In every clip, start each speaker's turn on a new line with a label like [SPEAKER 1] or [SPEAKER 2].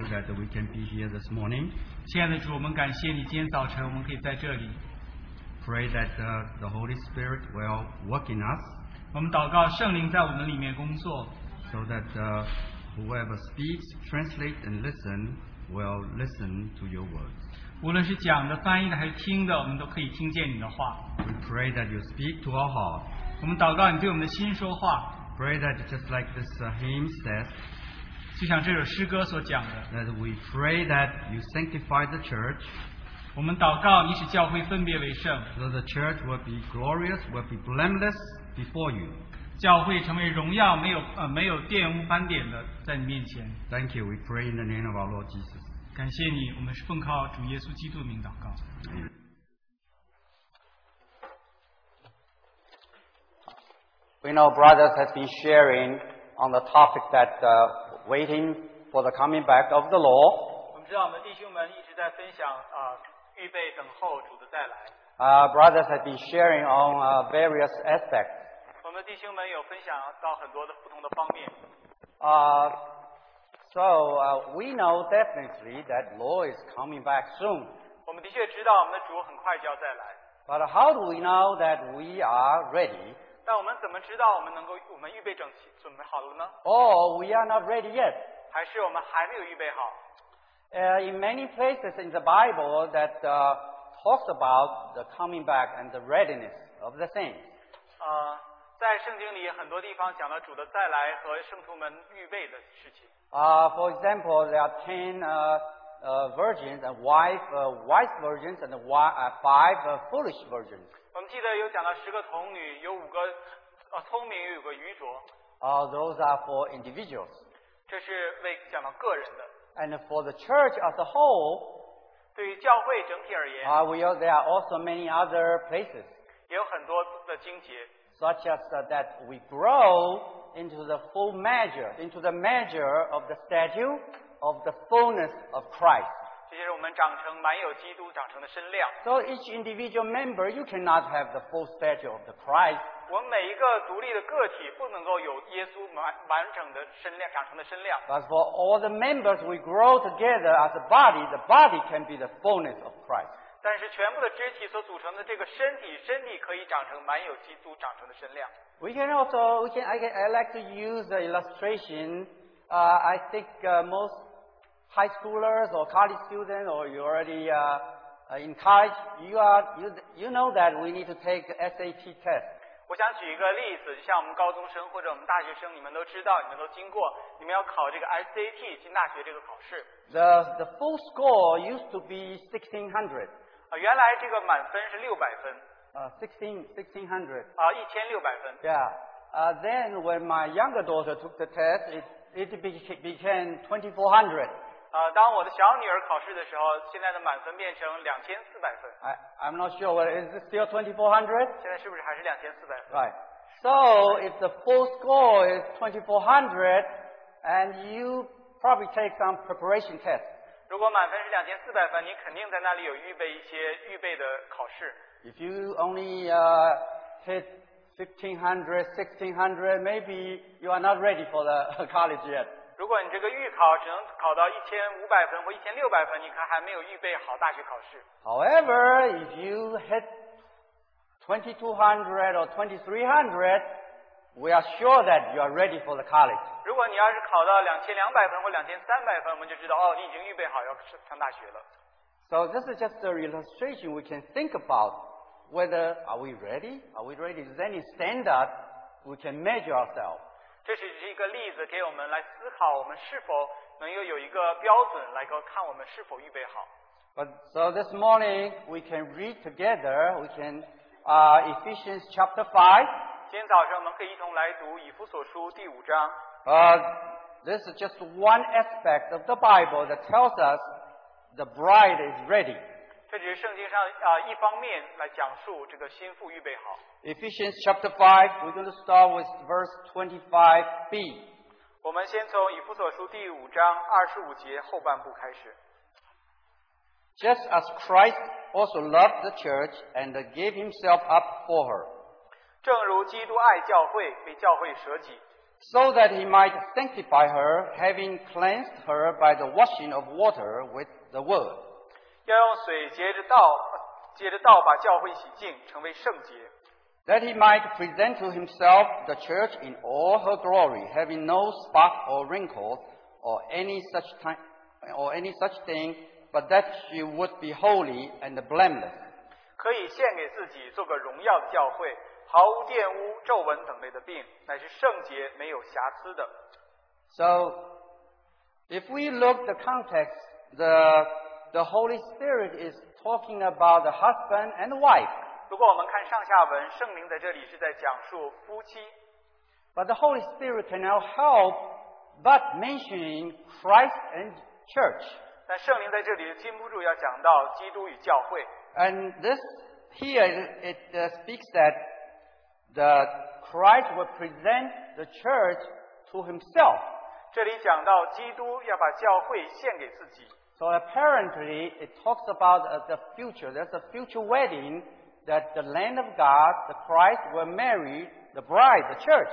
[SPEAKER 1] that we can be here this morning.
[SPEAKER 2] 亲爱的主，我们感谢你，今天早晨我们可以在这里。
[SPEAKER 1] Pray that uh, the Holy Spirit will work in us
[SPEAKER 2] 我们祷告圣灵在我们里面工作，
[SPEAKER 1] so that uh, whoever speaks, translate, and listen will listen to your words.
[SPEAKER 2] 无论是讲的、翻译的还是听的，我们都可以听见你的话。
[SPEAKER 1] We pray that you speak to our heart.
[SPEAKER 2] 我们祷告你对我们的心说话，
[SPEAKER 1] Pray that just like this uh, hymn says,
[SPEAKER 2] 就像这首诗歌所讲的，
[SPEAKER 1] that we pray that you sanctify the church
[SPEAKER 2] 我们祷告你使教会分别为圣，
[SPEAKER 1] so the church will be glorious, will be blameless before you.
[SPEAKER 2] 教会成为荣耀没有呃没有玷污斑点的在你面前。
[SPEAKER 1] Thank you. We pray in the name of our Lord Jesus.
[SPEAKER 2] 感谢你，我们是奉靠主耶稣基督的名祷告。
[SPEAKER 1] Amen.
[SPEAKER 3] We know brothers has been sharing on the topic that uh, waiting for the coming back of the law.
[SPEAKER 2] 我们知道我们弟兄们一直在分享啊、预备等候主的再来。
[SPEAKER 3] Uh, brothers has been sharing on uh, various aspects.
[SPEAKER 2] 我们弟兄们有分享到很多的不同的方面，
[SPEAKER 3] Uh, so uh, we know definitely that law is coming back soon.
[SPEAKER 2] 我们的确知道我们的主很快就要再来，
[SPEAKER 3] But how do we know that we are ready
[SPEAKER 2] 但我们怎么知道我们能够我们预备整齐准备好了呢？
[SPEAKER 3] or we are not ready yet?
[SPEAKER 2] 还是我们还没有预备好？
[SPEAKER 3] Uh, in many places in the Bible that uh, talks about the coming back and the readiness of the saints.
[SPEAKER 2] 呃，在圣经里很多地方讲了主的再来和圣徒们预备的事情。
[SPEAKER 3] Uh, for example, there are ten uh, uh, virgins and wife, uh, wise virgins and wi- uh, five uh, foolish virgins.
[SPEAKER 2] 我们记得有讲到十个童女，有五个呃聪明，又有个愚拙，
[SPEAKER 3] Uh, those are for individuals.
[SPEAKER 2] 这是为讲到个人的。
[SPEAKER 3] And for the church as a whole,
[SPEAKER 2] 对于教会整体而言，
[SPEAKER 3] uh, we are, there are also many other places,
[SPEAKER 2] 也有很多的经节，
[SPEAKER 3] such as uh, that we grow into the full measure, into the measure of the statue of the fullness of Christ.
[SPEAKER 2] 这就是我们长成满有基督长成的身量。
[SPEAKER 3] So each individual member, you cannot have the full statue of the Christ.
[SPEAKER 2] 我们每一个独立的个体不能够有耶稣完完整的身量长成的身量，
[SPEAKER 3] But for all the members, we grow together as a body. The body can be the fullness of Christ.
[SPEAKER 2] 但是全部的肢体所组成的这个身体，身体可以长成满有基督长成的身量。
[SPEAKER 3] We can also, we can, I, can, I like to use the illustration. Uh, I think uh, most high schoolers or college students, or you already uh, uh, in college, you are, you, you know that we need to take the SAT test.
[SPEAKER 2] 我想举一个例子，就像我们高中生或者我们大学生，你们都知道，你们都经过，你们要考这个 SAT 进大学这个考试
[SPEAKER 3] The, the full score used to be 1600,
[SPEAKER 2] 啊、原来这个满分是六百分
[SPEAKER 3] uh, 16, 1600.
[SPEAKER 2] 啊，一千六百分。
[SPEAKER 3] Yeah. Uh, then when my younger daughter took the test, it, it beca- became 2400.
[SPEAKER 2] 啊，当我的小女儿考试的时候，现在的满分变成两千四百分，
[SPEAKER 3] I, I'm not sure whether is it still 2400.
[SPEAKER 2] 现在是不是还是两千四百分？
[SPEAKER 3] Right. So if the full score is 2400, and you probably take some preparation test,
[SPEAKER 2] 如果满分是两千四百分，你肯定在那里有预备一些预备的考试。
[SPEAKER 3] if you only uh, hit 1500, 1600, maybe you are not ready for the college yet.
[SPEAKER 2] 如果你这个预考只能考到一千五百分或一千六百分，你看还没有预备好大学考试。
[SPEAKER 3] However, if you hit 2200 or 2300, we are sure that you are ready for the college.
[SPEAKER 2] 如果你要是考到两千两百分或两千三百分，我们就知道哦，你已经预备好要上大学了。
[SPEAKER 3] So this is just an illustration we can think about whether are we ready? Are we ready? Is there any standard we can measure ourselves?
[SPEAKER 2] 这只是一个例子，给我们来思考我们是否能够有一个标准来够看我们是否预备好。
[SPEAKER 3] But so this morning we can read together. We can uh, Ephesians chapter five.
[SPEAKER 2] 今天早上我们可以一同来读《以弗所书》第五章。
[SPEAKER 3] Uh, this is just one aspect of the Bible that tells us the bride is ready.
[SPEAKER 2] 这只是圣经上啊、呃一方面来讲述这个心腹预备好。
[SPEAKER 3] Ephesians chapter five. We're going to start with verse twenty-five b.
[SPEAKER 2] 我们先从以弗所书第五章二十五节后半部开始。
[SPEAKER 3] just as Christ also loved the church and gave himself up for her,
[SPEAKER 2] 正如基督爱教会，为教会舍己，
[SPEAKER 3] so that he might sanctify her, having cleansed her by the washing of water with the word,
[SPEAKER 2] 要用水接着道，接着道把教会洗净，成为圣洁，
[SPEAKER 3] that he might present to himself the church in all her glory, having no spot or wrinkle or any such time, or any such thing, but that she would be holy and blameless.
[SPEAKER 2] 可以献给自己做个荣耀的教会，毫无玷污、皱纹等类的病，乃是圣洁没有瑕疵的。
[SPEAKER 3] So, if we look the context, the, the Holy Spirit is talking about the husband and wife.
[SPEAKER 2] 如果我们看上下文，圣灵在这里是在讲述夫妻，
[SPEAKER 3] But the Holy Spirit can now help but mentioning Christ and church.
[SPEAKER 2] 但圣灵在这里禁不住要讲到基督与教会。
[SPEAKER 3] And this here it, it, uh, speaks that the Christ will present the church to himself.
[SPEAKER 2] 这里讲到基督要把教会献给自己，
[SPEAKER 3] So apparently it talks about uh, the future. There's a future wedding that the land of God, the Christ will marry the bride, the church.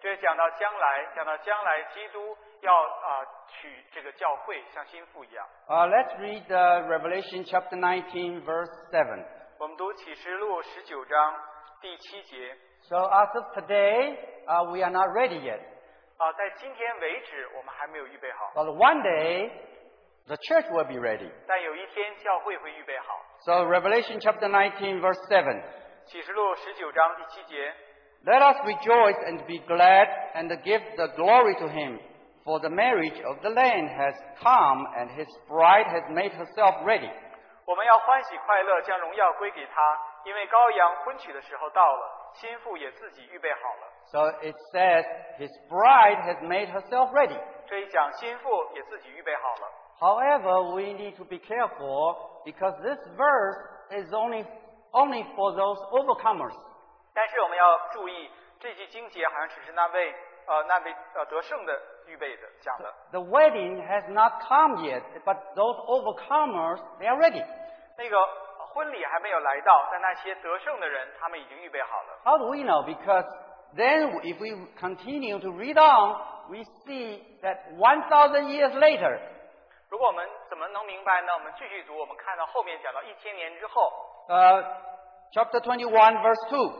[SPEAKER 2] 这讲到将来，讲到将来基督要啊、娶这个教会，像心腹一样。
[SPEAKER 3] Uh, let's read uh, Revelation chapter 19 verse 7.
[SPEAKER 2] 我们读启示录十九章第七节
[SPEAKER 3] So as of today, uh, we are not ready yet.
[SPEAKER 2] 啊，在今天为止，我们还没有预备好，
[SPEAKER 3] But one day, the church will be ready.
[SPEAKER 2] 但有一天教会会预备好。
[SPEAKER 3] So Revelation chapter 19 verse 7.
[SPEAKER 2] 启示录十九章第七节，
[SPEAKER 3] Let us rejoice and be glad and give the glory to him. For the marriage of the Lamb has come and his bride has made herself ready.
[SPEAKER 2] 我们要欢喜快乐，将荣耀归给他，因为羔羊婚娶的时候到了，心腹也自己预备好了。
[SPEAKER 3] So it says his bride has made herself ready.
[SPEAKER 2] 这一讲心腹也自己预备好了。
[SPEAKER 3] However, we need to be careful because this verse is only, only for those overcomers.
[SPEAKER 2] 但是我们要注意，这句经节好像只是那位呃那位呃得胜的预备的讲的，
[SPEAKER 3] The wedding has not come yet, but those overcomers, they are ready.
[SPEAKER 2] 那个婚礼还没有来到，但那些得胜的人他们已经预备好了。
[SPEAKER 3] How do we know? Because then if we continue to read on, we see that 1,000 years later,
[SPEAKER 2] 如果我们怎么能明白呢？我们继续读，我们看到后面讲到一千年之后，
[SPEAKER 3] uh, chapter 21 verse 2,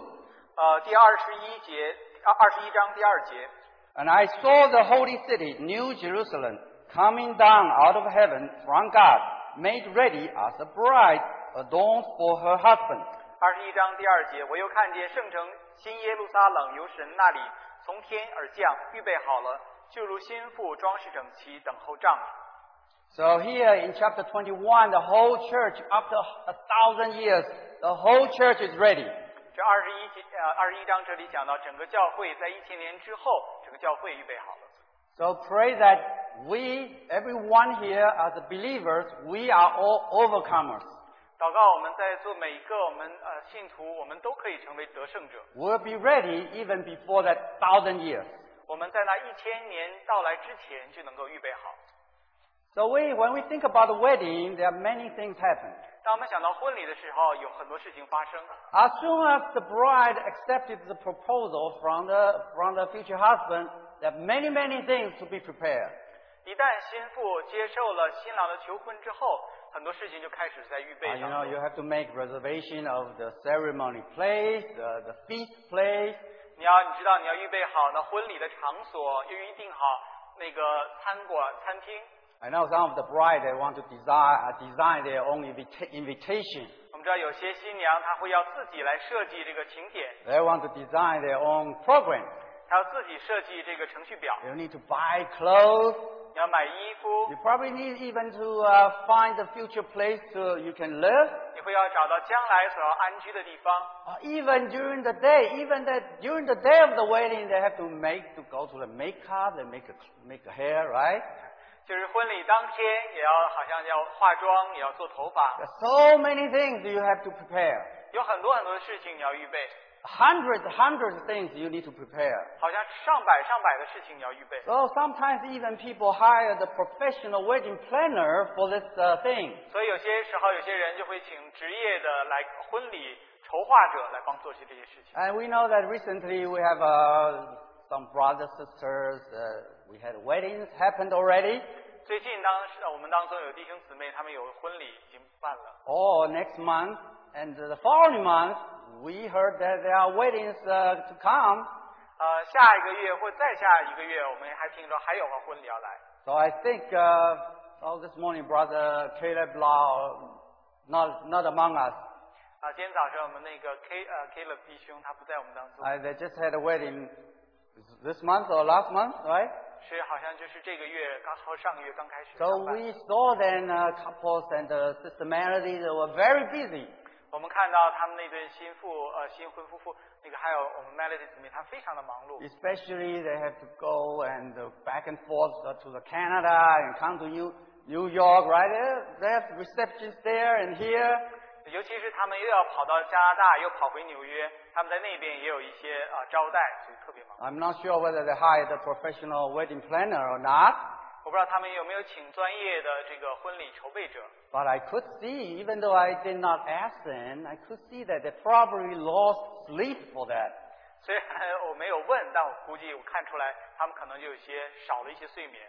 [SPEAKER 2] 呃，第二十一节，二二十一章第二节，
[SPEAKER 3] and I saw the holy city, New Jerusalem, coming down out of heaven from God, made ready as a bride adorned for her husband.
[SPEAKER 2] 二十一章第二节，我又看见圣城新耶路撒冷由神那里从天而降，预备好了，就如新妇装饰整齐，等候丈夫。
[SPEAKER 3] So here in chapter 21, the whole church, after a thousand years, the whole church is ready.
[SPEAKER 2] 这二十一节呃二十一章这里讲到整个教会在一千年之后，整个教会预备好了。
[SPEAKER 3] So pray that we, everyone here as believers, we are all overcomers.
[SPEAKER 2] 祷告，我们在做每一个我们呃信徒，我们都可以成为得胜者。
[SPEAKER 3] We'll be ready even before that thousand years.
[SPEAKER 2] 我们在那一千年到来之前就能够预备好。
[SPEAKER 3] So we, when we think about the wedding, there are many things happen.
[SPEAKER 2] 当我们想到婚礼的时候，有很多事情发生。
[SPEAKER 3] As soon as the bride accepted the proposal from the, from the future husband, there are many, many things to be prepared.
[SPEAKER 2] 一旦新妇接受了新郎的求婚之后，很多事情就开始在预备
[SPEAKER 3] Uh, you
[SPEAKER 2] 当
[SPEAKER 3] know,
[SPEAKER 2] 中。
[SPEAKER 3] you have to make reservation of the ceremony place, the, the feast place,
[SPEAKER 2] 你要你知道你要预备好那婚礼的场所，又预定好那个餐馆餐厅。
[SPEAKER 3] I know some of the bride they want to design uh, design their own invita- invitation.
[SPEAKER 2] 我们知道有些新娘她会要自己来设计这个请柬，
[SPEAKER 3] They want to design their own program.
[SPEAKER 2] 她要自己设计这个程序表，
[SPEAKER 3] You need to buy clothes.
[SPEAKER 2] 你要买衣服
[SPEAKER 3] You，probably need even to uh, find a future place to you can live.
[SPEAKER 2] 你会要找到将来所要安居的地方。
[SPEAKER 3] Uh, even during the day, even that during the day of the wedding, they have to make to go to the makeup, they make a, make a hair, right?
[SPEAKER 2] 就是婚礼当天也要好像要化妆，也要做头发，
[SPEAKER 3] There's so many things you have to prepare.
[SPEAKER 2] 有很多很多的事情你要预备，
[SPEAKER 3] Hundreds, hundreds of things you need to prepare.
[SPEAKER 2] 好像上百上百的事情你要预备。
[SPEAKER 3] So sometimes even people hire the professional wedding planner for this uh, thing.
[SPEAKER 2] 所以有些时候有些人就会请职业的来婚礼筹划者来帮做些这些事情。
[SPEAKER 3] And we know that recently we have uh, some brothers, sisters, uh, we had weddings happened already.
[SPEAKER 2] 最近当时呃我们当中有弟兄姊妹，他们有婚礼已经办了。
[SPEAKER 3] Or Oh, next month and the following month, we heard that there are weddings uh, to come.
[SPEAKER 2] 呃，下一个月或再下一个月，我们还听说还有个婚礼要来。
[SPEAKER 3] So I think, uh, oh, this morning, Brother Caleb Law, not, not among us,
[SPEAKER 2] 啊，今天早上我们那个 K 呃 K 了弟兄他不在我们当中，
[SPEAKER 3] I, they just had a wedding this month or last month, right?
[SPEAKER 2] 是好像就是这个月刚和上个月刚开始上
[SPEAKER 3] So
[SPEAKER 2] 班。
[SPEAKER 3] we saw then uh, couples and uh, Sister Melody, they were very busy.
[SPEAKER 2] 我们看到他们那对新妇呃新婚夫妇，那个还有我们 Melody 姊妹，她非常的忙碌，
[SPEAKER 3] Especially they have to go and uh, back and forth uh, to the Canada and come to New, New York, right? They- They have receptions there and here.
[SPEAKER 2] 尤其是他们又要跑到加拿大，又跑回纽约，他们在那边也有一些呃招待，所以特别忙。
[SPEAKER 3] I'm not sure whether they hired a professional wedding planner or not,
[SPEAKER 2] 我不知道他们有没有请专业的这个婚礼筹备者，
[SPEAKER 3] but I could see, even though I did not ask them, I could see that they probably lost sleep for that.
[SPEAKER 2] 虽然 我没有问，但我估计我看出来他们可能就有些少了一些睡眠。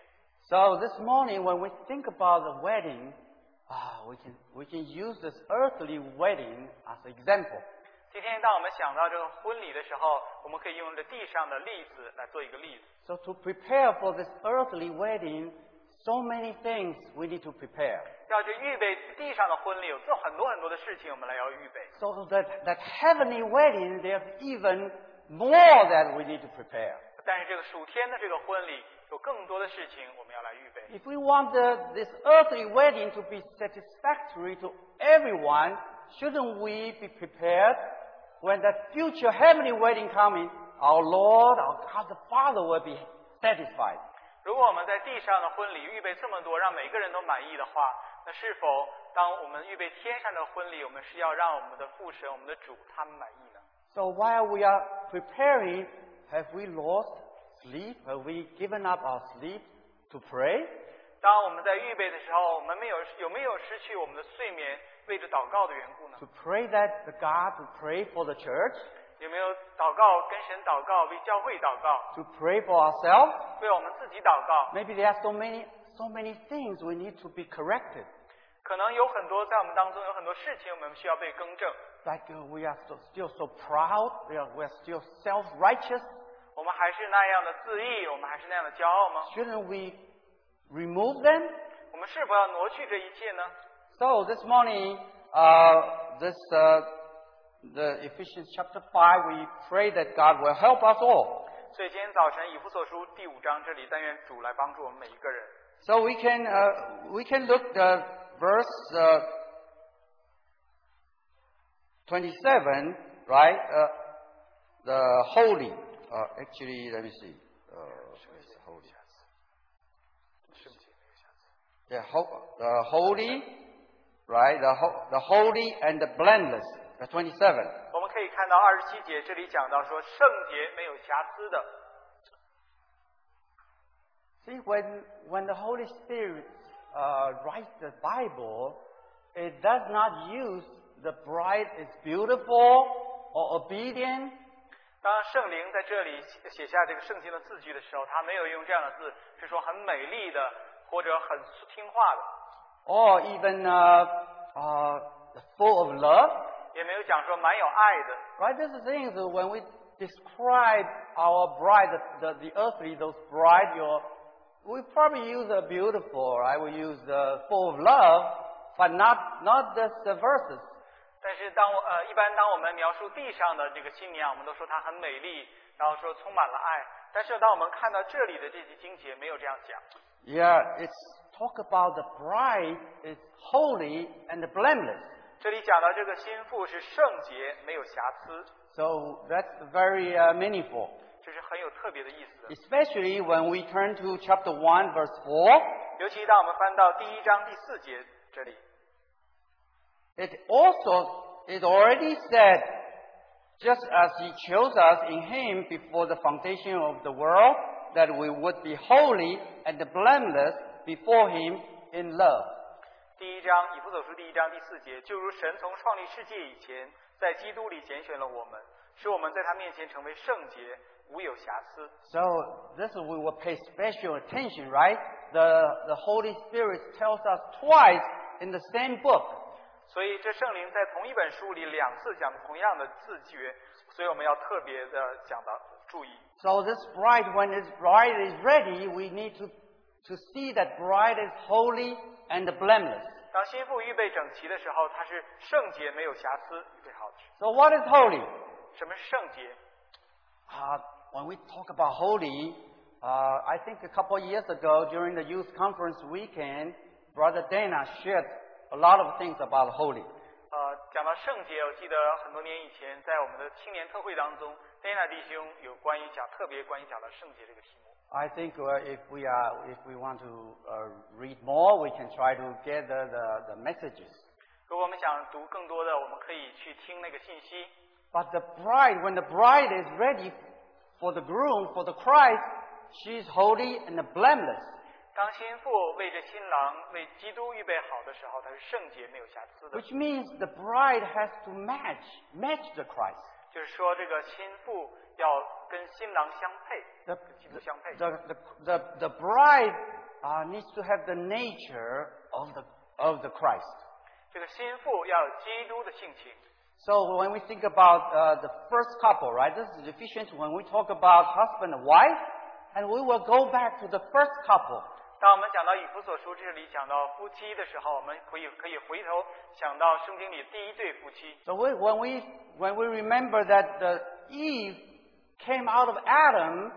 [SPEAKER 3] So this morning, when we think about the wedding, ah, we can we can use this earthly wedding as an example.
[SPEAKER 2] 今天当我们想到这个婚礼的时候，我们可以用这地上的例子来做一个例子。
[SPEAKER 3] So to prepare for this earthly wedding, so many things we need to prepare.
[SPEAKER 2] 要去预备地上的婚礼，有做很多很多的事情，我们来要预备。
[SPEAKER 3] So that that heavenly wedding, there's even more that we need to prepare.
[SPEAKER 2] 但是这个暑天的这个婚礼，有更多的事情我们要来预备。
[SPEAKER 3] If we want the, this earthly wedding to be satisfactory to everyone, shouldn't we be prepared when that future heavenly wedding coming? Our Lord, our God the Father will be satisfied.
[SPEAKER 2] 如果我们在地上的婚礼预备这么多，让每个人都满意的话，那是否当我们预备天上的婚礼，我们是要让我们的父神、我们的主他们满意呢？
[SPEAKER 3] So while we are preparing, have we lost sleep? Have we given up our sleep to pray?
[SPEAKER 2] 当我们在预备的时候，我们没有有没有失去我们的睡眠，为着祷告的缘故呢？
[SPEAKER 3] To pray that the God to pray for the church,
[SPEAKER 2] 有没有祷告跟神祷告，为教会祷告，
[SPEAKER 3] to pray for ourselves?
[SPEAKER 2] 为我们自己祷告？
[SPEAKER 3] Maybe there are so many, so many things we need to be corrected.
[SPEAKER 2] 可能有很多在我们当中有很多事情我们需要被更正，
[SPEAKER 3] Like uh, we are so, still so proud, we are, we are still self righteous.
[SPEAKER 2] 我们还是那样的自义，我们还是那样的骄傲吗？
[SPEAKER 3] Shouldn't we remove them?
[SPEAKER 2] 我们是否要挪去这一切呢？
[SPEAKER 3] So this morning, uh, this uh, the Ephesians chapter five, we pray that God will help us all,
[SPEAKER 2] 所以今天早晨以弗所书第五章这里，但愿主来帮助我们每一个人。
[SPEAKER 3] so we can uh, we can look the verse uh, twenty seven, right? Uh, the holy. Uh, actually, let me see. Uh, where's the holy? the, ho- the holy, right? The, ho- the holy and the blameless. The 27.
[SPEAKER 2] 我们可以看到二十七节这里讲到说圣洁没有瑕疵的，
[SPEAKER 3] See, when when the Holy Spirit uh, writes the Bible, it does not use the bride is beautiful or obedient.
[SPEAKER 2] 当圣灵在这里写写下这个圣经的字句的时候，他没有用这样的字，是说很美丽的或者很听话的，
[SPEAKER 3] Or even uh, uh, full of love,
[SPEAKER 2] 也没有讲说蛮有爱的。
[SPEAKER 3] right? This is things that when we describe our bride, the, the, the earthly, those bride, your, we probably use a beautiful, right? We use the full of love, but not not just the verses.
[SPEAKER 2] 但是当我呃，一般当我们描述地上的这个新娘，我们都说她很美丽，然后说充满了爱。但是当我们看到这里的这些经节，没有这样讲，
[SPEAKER 3] Yeah, it's talk about the bride is holy and blameless.
[SPEAKER 2] 这里讲到这个心腹是圣洁，没有瑕疵，
[SPEAKER 3] So that's very uh, meaningful,
[SPEAKER 2] 这是很有特别的意思的。
[SPEAKER 3] especially when we turn to chapter one, verse four.
[SPEAKER 2] 尤其当我们翻到第一章第四节这里，
[SPEAKER 3] It also it already said, just as He chose us in Him before the foundation of the world, that we would be holy and blameless before Him in love.
[SPEAKER 2] 第一章以弗所书第一章第四节，就如神从创立世界以前，在基督里拣选了我们，使我们在他面前成为圣洁，无有瑕疵。
[SPEAKER 3] So this we will pay special attention, right? The, the Holy Spirit tells us twice in the same book.
[SPEAKER 2] 所以这圣灵在同一本书里两次讲同样的字诀，所以我们要特别的讲到注意。
[SPEAKER 3] So this bride, when this bride is ready, we need to, to see that bride is holy and blameless.
[SPEAKER 2] 当心腹预备整齐的时候，它是圣洁没有瑕疵，预备好的。
[SPEAKER 3] So what is holy?
[SPEAKER 2] 什么是圣洁？
[SPEAKER 3] Uh, when we talk about holy, uh, I think a couple of years ago during the youth conference weekend, Brother Dana shared a lot of things about holy.
[SPEAKER 2] 呃，讲到圣洁，我记得很多年以前在我们的青年特会当中，Dana 弟兄有关于讲特别关于讲到圣洁这个题目。
[SPEAKER 3] I think uh, if we are, if we want to uh, read more, we can try to gather the, the messages.
[SPEAKER 2] 如果我们想读更多的，我们可以去听那个信息。
[SPEAKER 3] But the bride, when the bride is ready for the groom, for the Christ, she is holy and blameless.
[SPEAKER 2] 当心腹为这新郎为基督预备好的时候，他是圣洁没有瑕疵的。
[SPEAKER 3] Which means the bride has to match, match the Christ.
[SPEAKER 2] 就是说，这个心腹要跟新郎相配，
[SPEAKER 3] The,
[SPEAKER 2] 跟基督相配。
[SPEAKER 3] the, the, the, the bride uh, needs to have the nature of the, of the Christ.
[SPEAKER 2] 这个心腹要有基督的性情。
[SPEAKER 3] So when we think about uh, the first couple, right? This is Ephesians when we talk about husband and wife, and we will go back to the first couple.
[SPEAKER 2] 当我们讲到以弗所书这里讲到夫妻的时候，我们可以可以回头想到圣经里第一对夫妻。
[SPEAKER 3] So we, when we when we remember that the Eve came out of Adam,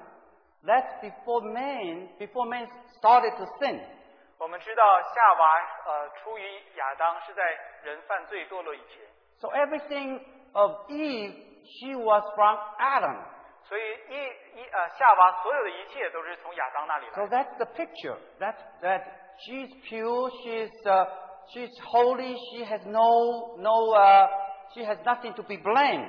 [SPEAKER 3] that's before man before man started to sin.
[SPEAKER 2] 我们知道夏娃呃出于亚当是在人犯罪堕落以前，
[SPEAKER 3] So everything of Eve she was from Adam.
[SPEAKER 2] 所以一一呃夏娃所有的一切都是从亚当那里来
[SPEAKER 3] So
[SPEAKER 2] 的。
[SPEAKER 3] that's the picture. That that she's pure. She's uh, she's holy. She has no no. Uh, she has nothing to be blamed.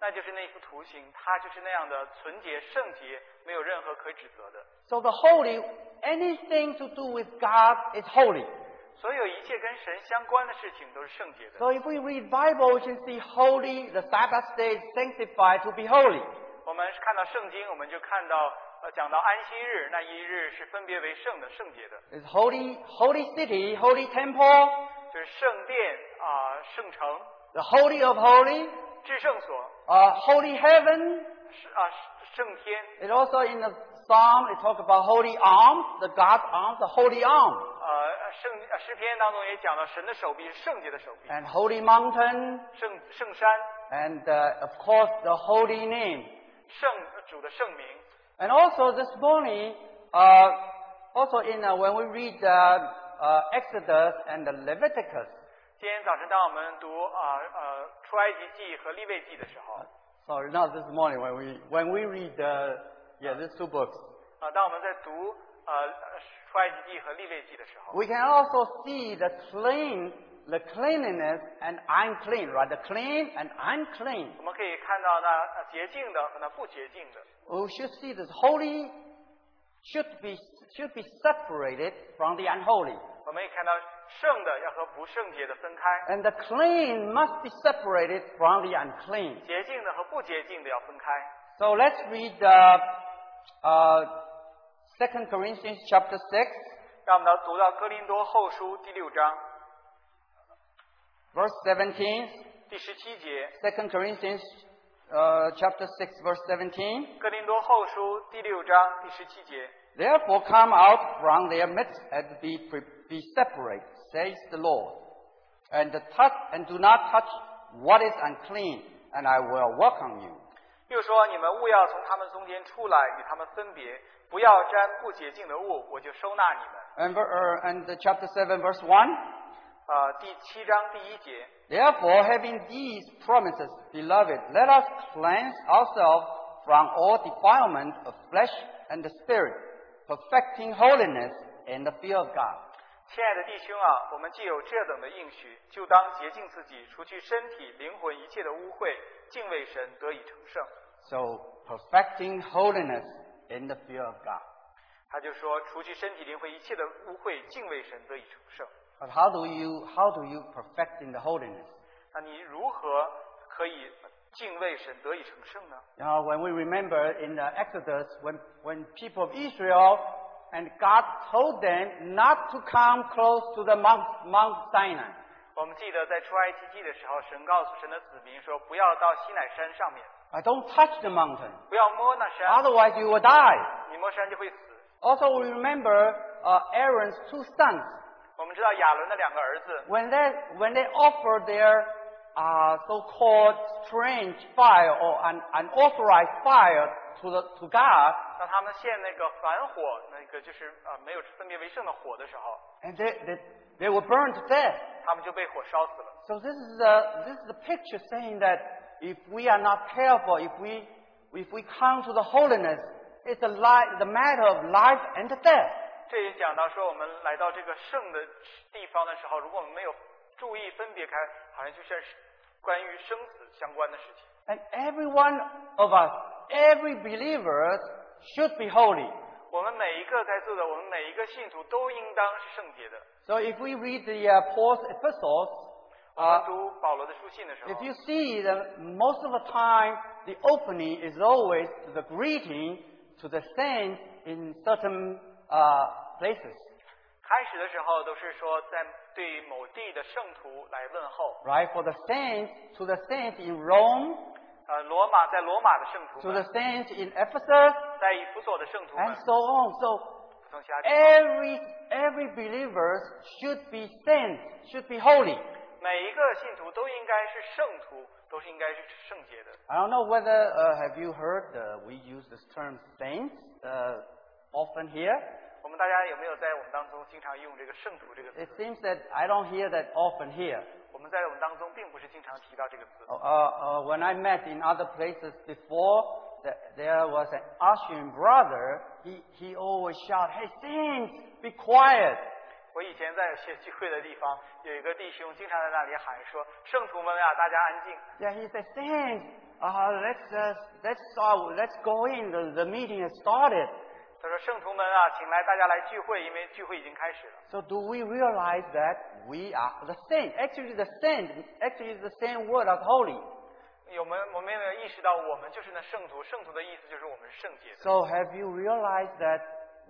[SPEAKER 2] 那就是那幅图形，它就是那样的纯洁圣洁，没有任何可指责的。
[SPEAKER 3] So the holy anything to do with God is holy.
[SPEAKER 2] 所有一切跟神相关的事情都是圣洁的。
[SPEAKER 3] So if we read Bible, we can see holy, the Sabbath day is sanctified to be holy.
[SPEAKER 2] 我们看到圣经，我们就看到呃讲到安息日，那一日是分别为圣的圣洁的，
[SPEAKER 3] It's holy, holy city, holy temple,
[SPEAKER 2] 就是圣殿啊、圣城、
[SPEAKER 3] the holy of holy,
[SPEAKER 2] 至圣所
[SPEAKER 3] uh, holy heaven.
[SPEAKER 2] 是啊、圣天
[SPEAKER 3] It also in the Psalm, it talk about holy arms, the God's arms, the holy arm,
[SPEAKER 2] 呃圣呃诗篇当中也讲到神的手臂是圣洁的手臂，
[SPEAKER 3] and holy mountain,
[SPEAKER 2] 圣圣山、
[SPEAKER 3] and uh, of course the holy name.
[SPEAKER 2] 圣主的圣名。
[SPEAKER 3] And also this morning, uh, also in uh, when we read uh, uh, Exodus and the Leviticus,
[SPEAKER 2] 今天早晨，当我们读啊呃出埃及记和利未记的时候，啊、
[SPEAKER 3] Sorry, not this morning when we when we read the yeah these two books.
[SPEAKER 2] 啊当我们在读呃呃出埃及记和利未记的时候，
[SPEAKER 3] We can also see the clean, the cleanliness and unclean, right? The clean and unclean.
[SPEAKER 2] 我们可以看到那呃洁净的和那不洁净的。
[SPEAKER 3] We should see this holy should be should be separated from the unholy,
[SPEAKER 2] 我们也看到圣的要和不圣洁的分开，
[SPEAKER 3] and the clean must be separated from the unclean.
[SPEAKER 2] 洁净的和不洁净的要分开。
[SPEAKER 3] So let's read uh, uh, 2 Corinthians chapter six,
[SPEAKER 2] 让我们读到哥林多后书第六章
[SPEAKER 3] verse seventeen.
[SPEAKER 2] 第十七节。
[SPEAKER 3] Second Corinthians uh, chapter 6 verse 17.
[SPEAKER 2] 哥林多后书第六章第十七节，
[SPEAKER 3] Therefore come out from their midst and be, pre- be separate, says the Lord. And, the touch, and do not touch what is unclean, and I will welcome you.
[SPEAKER 2] 又说：“你们勿要从他们中间出来，与他们分别，不要沾不洁净的物，我就收纳你
[SPEAKER 3] And,
[SPEAKER 2] 们。
[SPEAKER 3] ver- uh, and the chapter 7 verse 1. ”
[SPEAKER 2] 啊，第七章第一节，
[SPEAKER 3] Therefore having these promises, beloved, let us cleanse ourselves from all defilement of flesh and the spirit, perfecting holiness in the fear of God.
[SPEAKER 2] 亲爱的弟兄啊，我们既有这等的应许，就当洁净自己，除去身体、灵魂一切的污秽，敬畏神，得以成圣。
[SPEAKER 3] So, perfecting holiness in the fear of God.
[SPEAKER 2] 他就说，除去身体、灵魂一切的污秽，敬畏神，得以成圣。
[SPEAKER 3] But how do you how do you perfect in the holiness?
[SPEAKER 2] 那你如何可以敬畏神得以成圣呢？
[SPEAKER 3] Now, when we remember in the Exodus, when, when people of Israel and God told them not to come close to the Mount, Mount Sinai.
[SPEAKER 2] 我们记得在出埃及记的时候，神告诉神的子民说，不要到西乃山上面，
[SPEAKER 3] Uh, don't touch the mountain,
[SPEAKER 2] 不要摸那山，
[SPEAKER 3] otherwise you will die.
[SPEAKER 2] 你摸山就会死。
[SPEAKER 3] Also, we remember uh, Aaron's two sons.
[SPEAKER 2] 我们知道亚伦的两个儿子
[SPEAKER 3] When they, when they offered their uh, so-called strange fire or an unauthorized fire to, the, to God,
[SPEAKER 2] 当他们献那个反火，那个就是呃没有分别为圣的火的时候，
[SPEAKER 3] and they, they, they were burned to death.
[SPEAKER 2] 他们就被火烧死了。
[SPEAKER 3] So this is the this is the picture saying that if we are not careful, if we if we come to the holiness, it's a li- the matter of life and death.
[SPEAKER 2] 这也讲到说，我们来到这个圣的地方的时候，如果我们没有注意分别开，好像就是关于生死相关的事情。
[SPEAKER 3] And every one of us, every believer, should be holy.
[SPEAKER 2] 我们每一个在座的，我们每一个信徒都应当是圣洁的。
[SPEAKER 3] So if we read the uh, Paul's epistles,
[SPEAKER 2] 我们
[SPEAKER 3] uh,
[SPEAKER 2] 读保罗的书信的时候
[SPEAKER 3] if，you see that most of the time the opening is always the greeting to the saints in certain uh, places.
[SPEAKER 2] 开始的时候都是说在对某地的圣徒来问候。
[SPEAKER 3] right? For the saints, to the saints in Rome,
[SPEAKER 2] 呃，罗马在罗马的圣徒
[SPEAKER 3] to the
[SPEAKER 2] 们，
[SPEAKER 3] saints in Ephesus,
[SPEAKER 2] 在以弗所的圣徒们
[SPEAKER 3] and，so on. So
[SPEAKER 2] 普通侠
[SPEAKER 3] every every believer should be saints, should be holy.
[SPEAKER 2] 每一个信徒都应该是圣徒，都是应该是圣洁的。
[SPEAKER 3] I don't know whether uh, have you heard uh, we use this term saints uh, often here.
[SPEAKER 2] 我们大家有没有在我们当中经常用这个“圣徒”这个
[SPEAKER 3] It
[SPEAKER 2] 词？
[SPEAKER 3] seems that I don't hear that often here.
[SPEAKER 2] 我们在我们当中并不是经常提到这个词。
[SPEAKER 3] Uh, uh, when I met in other places before, th- there was an Austrian brother. He he always shout, "Hey saints, be quiet!"
[SPEAKER 2] 我以前在有些聚会的地方，有一个弟兄经常在那里喊说：“圣徒们啊，大家安静。
[SPEAKER 3] Yeah, he said, thanks. Uh, let's, uh, let's, uh, let's go in. The, the meeting has started. ”
[SPEAKER 2] 他说：“圣徒们啊，请来，大家来聚会，因为聚会已经开始了。
[SPEAKER 3] So do we realize that we are the saint? Actually, the saint actually is the same word as holy. ”
[SPEAKER 2] 有没有我们有没有意识到，我们就是那圣徒？圣徒的意思就是我们是圣洁的。
[SPEAKER 3] So have you realized that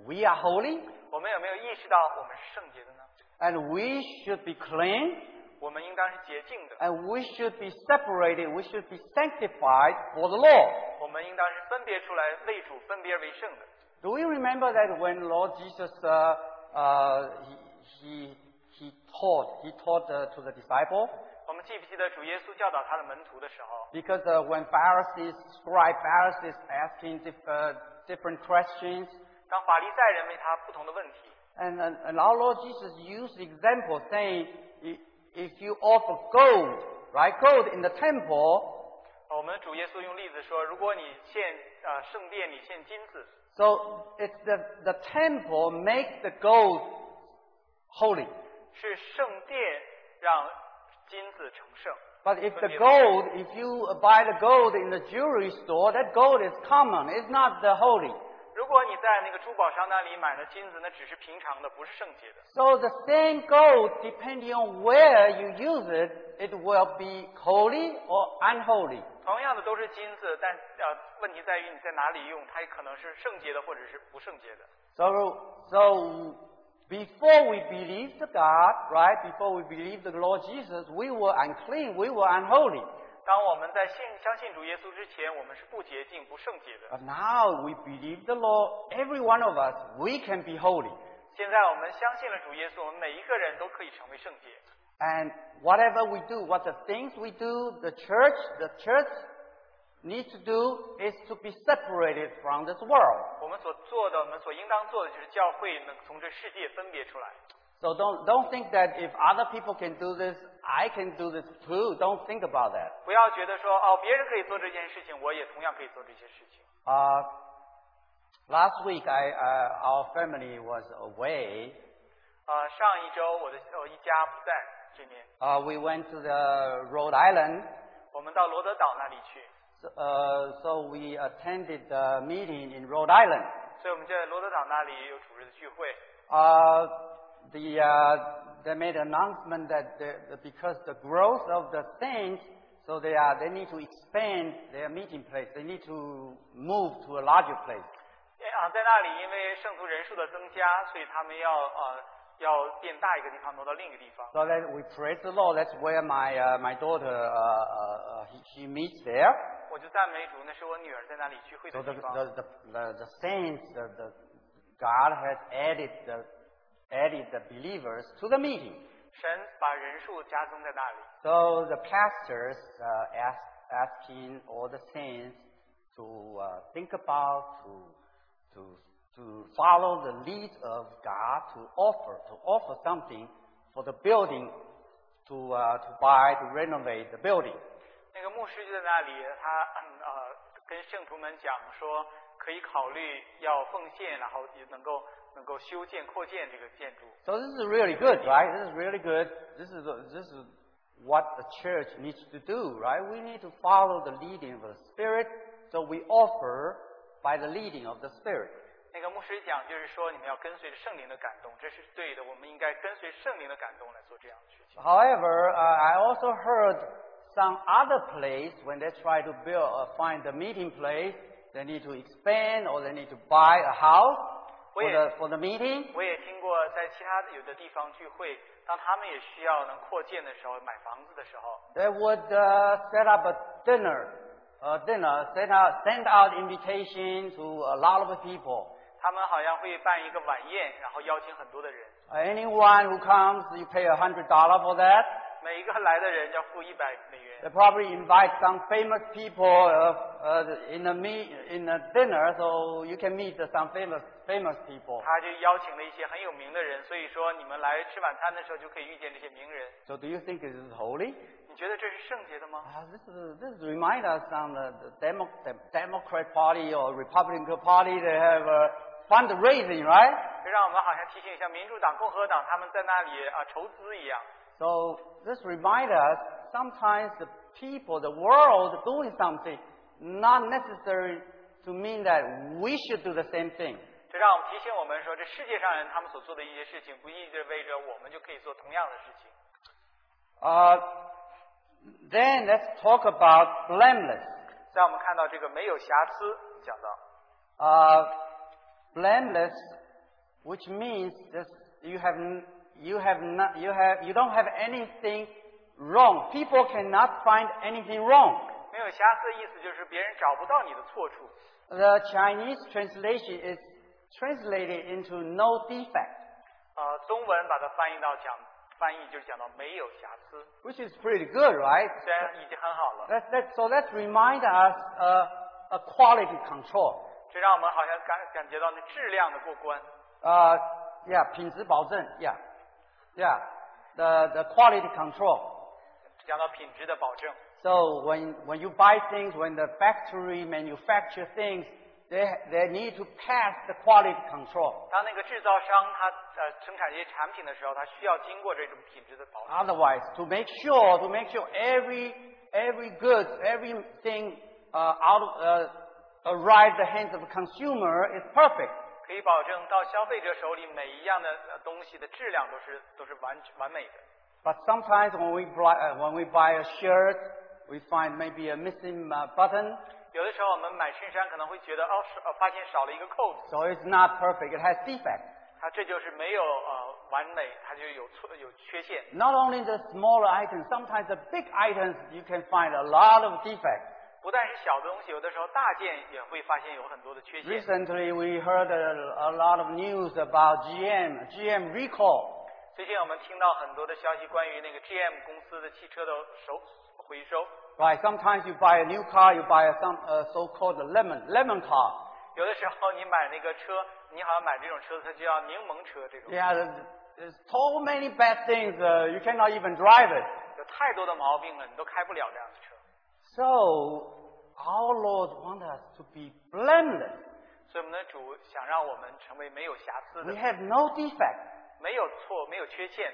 [SPEAKER 3] we are holy
[SPEAKER 2] 我们有没有意识到我们是圣洁的呢？
[SPEAKER 3] and we should be clean
[SPEAKER 2] 我们应当是洁净的，
[SPEAKER 3] and we should be separated, we should be sanctified for the Lord?
[SPEAKER 2] 我们应当是分别出来为主，分别为圣的。
[SPEAKER 3] Do we remember that when Lord Jesus uh, uh, he, he, he taught, he taught uh, to the disciples?
[SPEAKER 2] 我们记不记得主耶稣教导他的门徒的时候，
[SPEAKER 3] Because uh, when Pharisees, scribe Pharisees asking diff, uh, different questions,
[SPEAKER 2] 当法利赛人问他不同的问题，
[SPEAKER 3] and, and, and our Lord Jesus used the example saying, "I- if you offer gold, right, gold in the temple,
[SPEAKER 2] 呃我们主耶稣用例子说，如果你献呃圣殿，你献金子，
[SPEAKER 3] so it's the, the temple makes the gold holy.
[SPEAKER 2] 是圣殿让金子成圣。
[SPEAKER 3] But if the
[SPEAKER 2] 分别为圣
[SPEAKER 3] gold, if you buy the gold in the jewelry store, that gold is common, it's not the holy.
[SPEAKER 2] 如果你在那个珠宝商那里买的金子，那只是平常的，不是圣洁的。
[SPEAKER 3] So the same gold, depending on where you use it, it will be holy or unholy.
[SPEAKER 2] 同样的都是金子，但呃问题在于你在哪里用，它也可能是圣洁的或者是不圣洁的。
[SPEAKER 3] So, so before we believe the God, right? Before we believe the Lord Jesus, we were unclean, we were unholy.
[SPEAKER 2] 当我们在信相信主耶稣之前，我们是不洁净、不圣洁的。
[SPEAKER 3] But now we believe the Lord. Every one of us, we can be holy.
[SPEAKER 2] 现在我们相信了主耶稣，我们每一个人都可以成为圣洁。
[SPEAKER 3] And whatever we do, what the things we do, the church, the church needs to do is to be separated from this world.
[SPEAKER 2] 我们所做的，我们所应当做的，就是教会能从这世界分别出来。
[SPEAKER 3] So don't don't think that if other people can do this, I can do this too. Don't think about that.
[SPEAKER 2] 不要觉得说哦，别人可以做这件事情，我也同样可以做这些事情。
[SPEAKER 3] Uh, last week, I uh, our family was away.
[SPEAKER 2] 呃，上一周我的我一家不在这边，
[SPEAKER 3] Uh, we went to the Rhode Island.
[SPEAKER 2] 我们到罗德岛那里去，
[SPEAKER 3] So, uh, so we attended the meeting in Rhode Island.
[SPEAKER 2] 所以我们就在罗德岛那里有主日的聚会。
[SPEAKER 3] Uh, the uh, they made announcement that the, the, because the growth of the saints, So they, are, they need to expand their meeting place. They need to move to a larger place.
[SPEAKER 2] 呃啊，在那里因为圣徒人数的增加，所以他们要呃要变大一个地方挪到另一个地方。
[SPEAKER 3] So that we praise the Lord. That's where my, uh, my daughter, uh, uh, uh, he- she meets there.
[SPEAKER 2] 我就赞美主，那是我女儿在那里聚会
[SPEAKER 3] So the,
[SPEAKER 2] 的地方。
[SPEAKER 3] the, the, the, the saints, the, the, God has added the, added the believers to the meeting.
[SPEAKER 2] 神把人数加增在那里，
[SPEAKER 3] So the pastors uh, ask, asking all the saints to uh, think about, to, to, to follow the lead of God, to offer, to offer something for the building, to, uh, to buy, to renovate the building.
[SPEAKER 2] 那个牧师就在那里，他嗯呃跟圣徒们讲说，可以考虑要奉献，然后也能够能够修建扩建这个建筑。
[SPEAKER 3] So this is really good, right? This is really good. This is, this is what the church needs to do, right? We need to follow the leading of the Spirit, so we offer by the leading of the Spirit.
[SPEAKER 2] 那个牧师讲就是说，你们要跟随着圣灵的感动，这是对的，我们应该跟随圣灵的感动来做这样的事情。
[SPEAKER 3] However, uh, I also heard some other place when they try to build or find the meeting place, they need to expand or they need to buy a house for
[SPEAKER 2] Wait.
[SPEAKER 3] the, for the meeting.
[SPEAKER 2] 我也听过，在其他的有的地方聚会，当他们也需要能扩建的时候，买房子的时候，
[SPEAKER 3] They would uh, set up a dinner, a dinner, send out, send out invitation to a lot of people.
[SPEAKER 2] 他们好像会办一个晚宴，然后邀请很多的人，
[SPEAKER 3] Uh, anyone who comes, you pay a hundred dollar for that.
[SPEAKER 2] 每一个来的人要付一百美元
[SPEAKER 3] They。probably invite some famous people uh, uh, in a meet, in a dinner, so you can meet some famous famous people.
[SPEAKER 2] 他就邀请了一些很有名的人，所以说你们来吃晚餐的时候就可以遇见这些名人。
[SPEAKER 3] So do you think this is holy?
[SPEAKER 2] 你觉得这是圣洁的吗？
[SPEAKER 3] Uh, this is, this remind us on the, the, Demo, the Democrat Party or Republican Party. They have uh, fundraising, right?
[SPEAKER 2] 这让我们好像提醒一下民主党、共和党他们在那里啊筹资一样。
[SPEAKER 3] So this remind us sometimes the people, the world doing something, not necessary to mean that we should do the same thing.
[SPEAKER 2] 这让我们提醒我们说，这世界上人他们所做的一些事情，不意味着我们就可以做同样的事情。
[SPEAKER 3] Uh, then let's talk about blameless.
[SPEAKER 2] 在我们看到这个没有瑕疵，讲到
[SPEAKER 3] Uh, blameless, which means that you have n- you have not you have you don't have anything wrong. People cannot find anything wrong.
[SPEAKER 2] 没有瑕疵的意思就是别人找不到你的错处。
[SPEAKER 3] The Chinese translation is translated into no defect.
[SPEAKER 2] 呃，中文把它翻译到讲翻译就是讲到没有瑕疵，
[SPEAKER 3] Which is pretty good, right?
[SPEAKER 2] 虽然已经很好了。
[SPEAKER 3] That, that, so that reminds us uh, a quality control.
[SPEAKER 2] 这让我们好像感感觉到那质量的过关。
[SPEAKER 3] Uh, yeah, 品质保证, yeah. Yeah, the, the quality control.
[SPEAKER 2] 讲到品质的保证，
[SPEAKER 3] So when, when you buy things, when the factory manufacture things, they, they need to pass the quality control.
[SPEAKER 2] 当那个制造商他呃生产这些产品的时候，他需要经过这种品质的保证。
[SPEAKER 3] Otherwise, to make sure, to make sure every, every goods, everything uh, out of, uh, arrive the hands of a consumer is perfect.
[SPEAKER 2] 可以保证到消费者手里每一样的呃东西的质量都是都是完完美的。
[SPEAKER 3] But sometimes when we buy, uh, when we buy a shirt, we find maybe a missing uh, button,
[SPEAKER 2] 有的时候我们买衬衫可能会觉得哦，是呃发现少了一个扣子，
[SPEAKER 3] so it's not perfect. It has defects.
[SPEAKER 2] 它这就是没有呃完美，它就有错有缺陷。
[SPEAKER 3] Not only the smaller items, sometimes the big items you can find a lot of defects.
[SPEAKER 2] 不但是小的东西，有的时候大件也会发现有很多的缺陷。
[SPEAKER 3] Recently, we heard a, a lot of news about GM, GM recall.
[SPEAKER 2] 最近我们听到很多的消息，关于那个 GM 公司的汽车的收回收。
[SPEAKER 3] Right, sometimes you buy a new car, you buy a some, uh, so-called lemon, lemon car.
[SPEAKER 2] 有的时候你买那个车，你好像买这种车，它就叫柠檬车这种，
[SPEAKER 3] Yeah, there's, there's so many bad things, uh, you cannot even drive it.
[SPEAKER 2] 有太多的毛病了，你都开不了这样的车。
[SPEAKER 3] So, our Lord wants us to be blameless.
[SPEAKER 2] 所以我们的主想让我们成为没有瑕疵
[SPEAKER 3] We
[SPEAKER 2] 的，
[SPEAKER 3] have no defect.
[SPEAKER 2] 没有错，没有缺陷。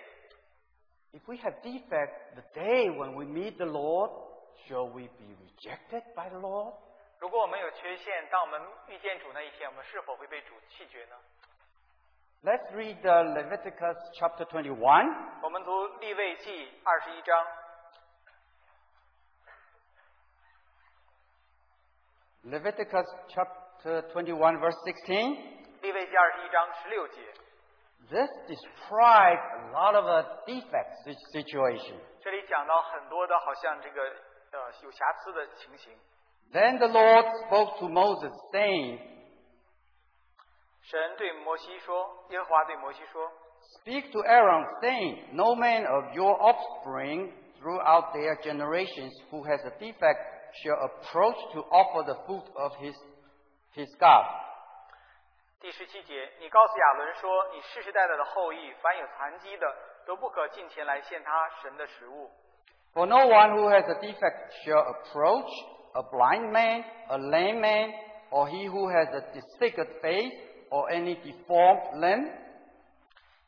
[SPEAKER 3] If we have defect, the day when we meet the Lord, shall we be rejected by the Lord?
[SPEAKER 2] 如果我们有缺陷，当我们遇见主那一天，我们是否会被主弃绝呢？
[SPEAKER 3] Let's read uh, Leviticus chapter 21.
[SPEAKER 2] 我们读立位记二十一章，
[SPEAKER 3] Leviticus chapter 21, verse 16.
[SPEAKER 2] 利未记二十一章十六节，
[SPEAKER 3] This describes a lot of uh, defects si- situation.
[SPEAKER 2] 这里讲到很多的好像这个呃有瑕疵的情形。
[SPEAKER 3] Then the Lord spoke to Moses, saying,
[SPEAKER 2] 神对摩西说，耶和华对摩西说，
[SPEAKER 3] Speak to Aaron, saying, No man of your offspring throughout their generations who has a defect shall approach to offer the food of his, his God.
[SPEAKER 2] 第十七节，你告诉亚伦说，你世世代代的后裔，凡有残疾的，都不可近前来献他神的食物。
[SPEAKER 3] For no one who has a defect shall approach a blind man, a lame man, or he who has a disfigured face, or any deformed limb.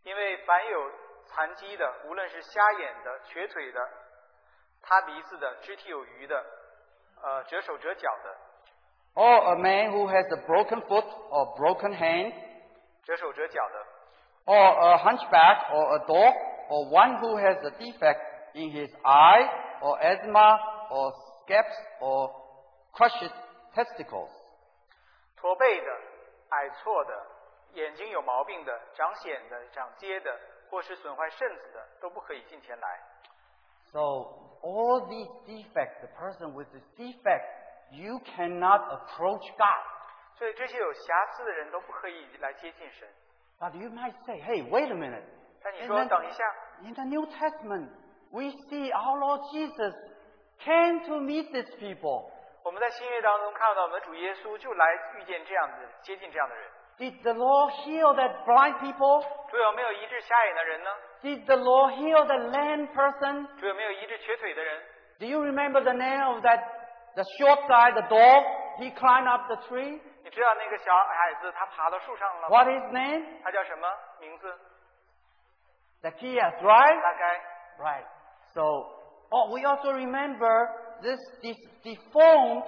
[SPEAKER 2] 因为凡有残疾的，无论是瞎眼的、瘸腿的、塌鼻子的、肢体有余的、呃折手折脚的、
[SPEAKER 3] or a man who has a broken foot or broken hand,
[SPEAKER 2] 折手折脚的，
[SPEAKER 3] or a hunchback or a dog, or one who has a defect in his eye, or asthma, or scabs, or crushed testicles.
[SPEAKER 2] 驼背的、矮矬的、眼睛有毛病的、长癣的、长疖的，或是损坏肾子的，都不可以近前来。
[SPEAKER 3] So all these defects, the person with this defect, you cannot approach God.
[SPEAKER 2] 所以这些有瑕疵的人都不可以来接近神。
[SPEAKER 3] But you might say, hey, wait a minute.
[SPEAKER 2] 但你
[SPEAKER 3] In
[SPEAKER 2] 说
[SPEAKER 3] the,
[SPEAKER 2] 等一下，
[SPEAKER 3] in the New Testament, we see our Lord Jesus came to meet these people.
[SPEAKER 2] 我们在新约当中看到我们的主耶稣就来遇见这样的人，接近这样的人。
[SPEAKER 3] Did the Lord heal that blind people?
[SPEAKER 2] 主有没有医治瞎眼的人呢？
[SPEAKER 3] Did the Lord heal the lame person?
[SPEAKER 2] 主有没有医治瘸腿的人？
[SPEAKER 3] Do you remember the name of that, the short guy, the dog? He climbed up the tree.
[SPEAKER 2] 你知道那个小矮子他爬到树上了吗？
[SPEAKER 3] What his name?
[SPEAKER 2] 他叫什么名字？
[SPEAKER 3] Zacchaeus, right?
[SPEAKER 2] 大概
[SPEAKER 3] Right. So, oh, we also remember this de- deformed,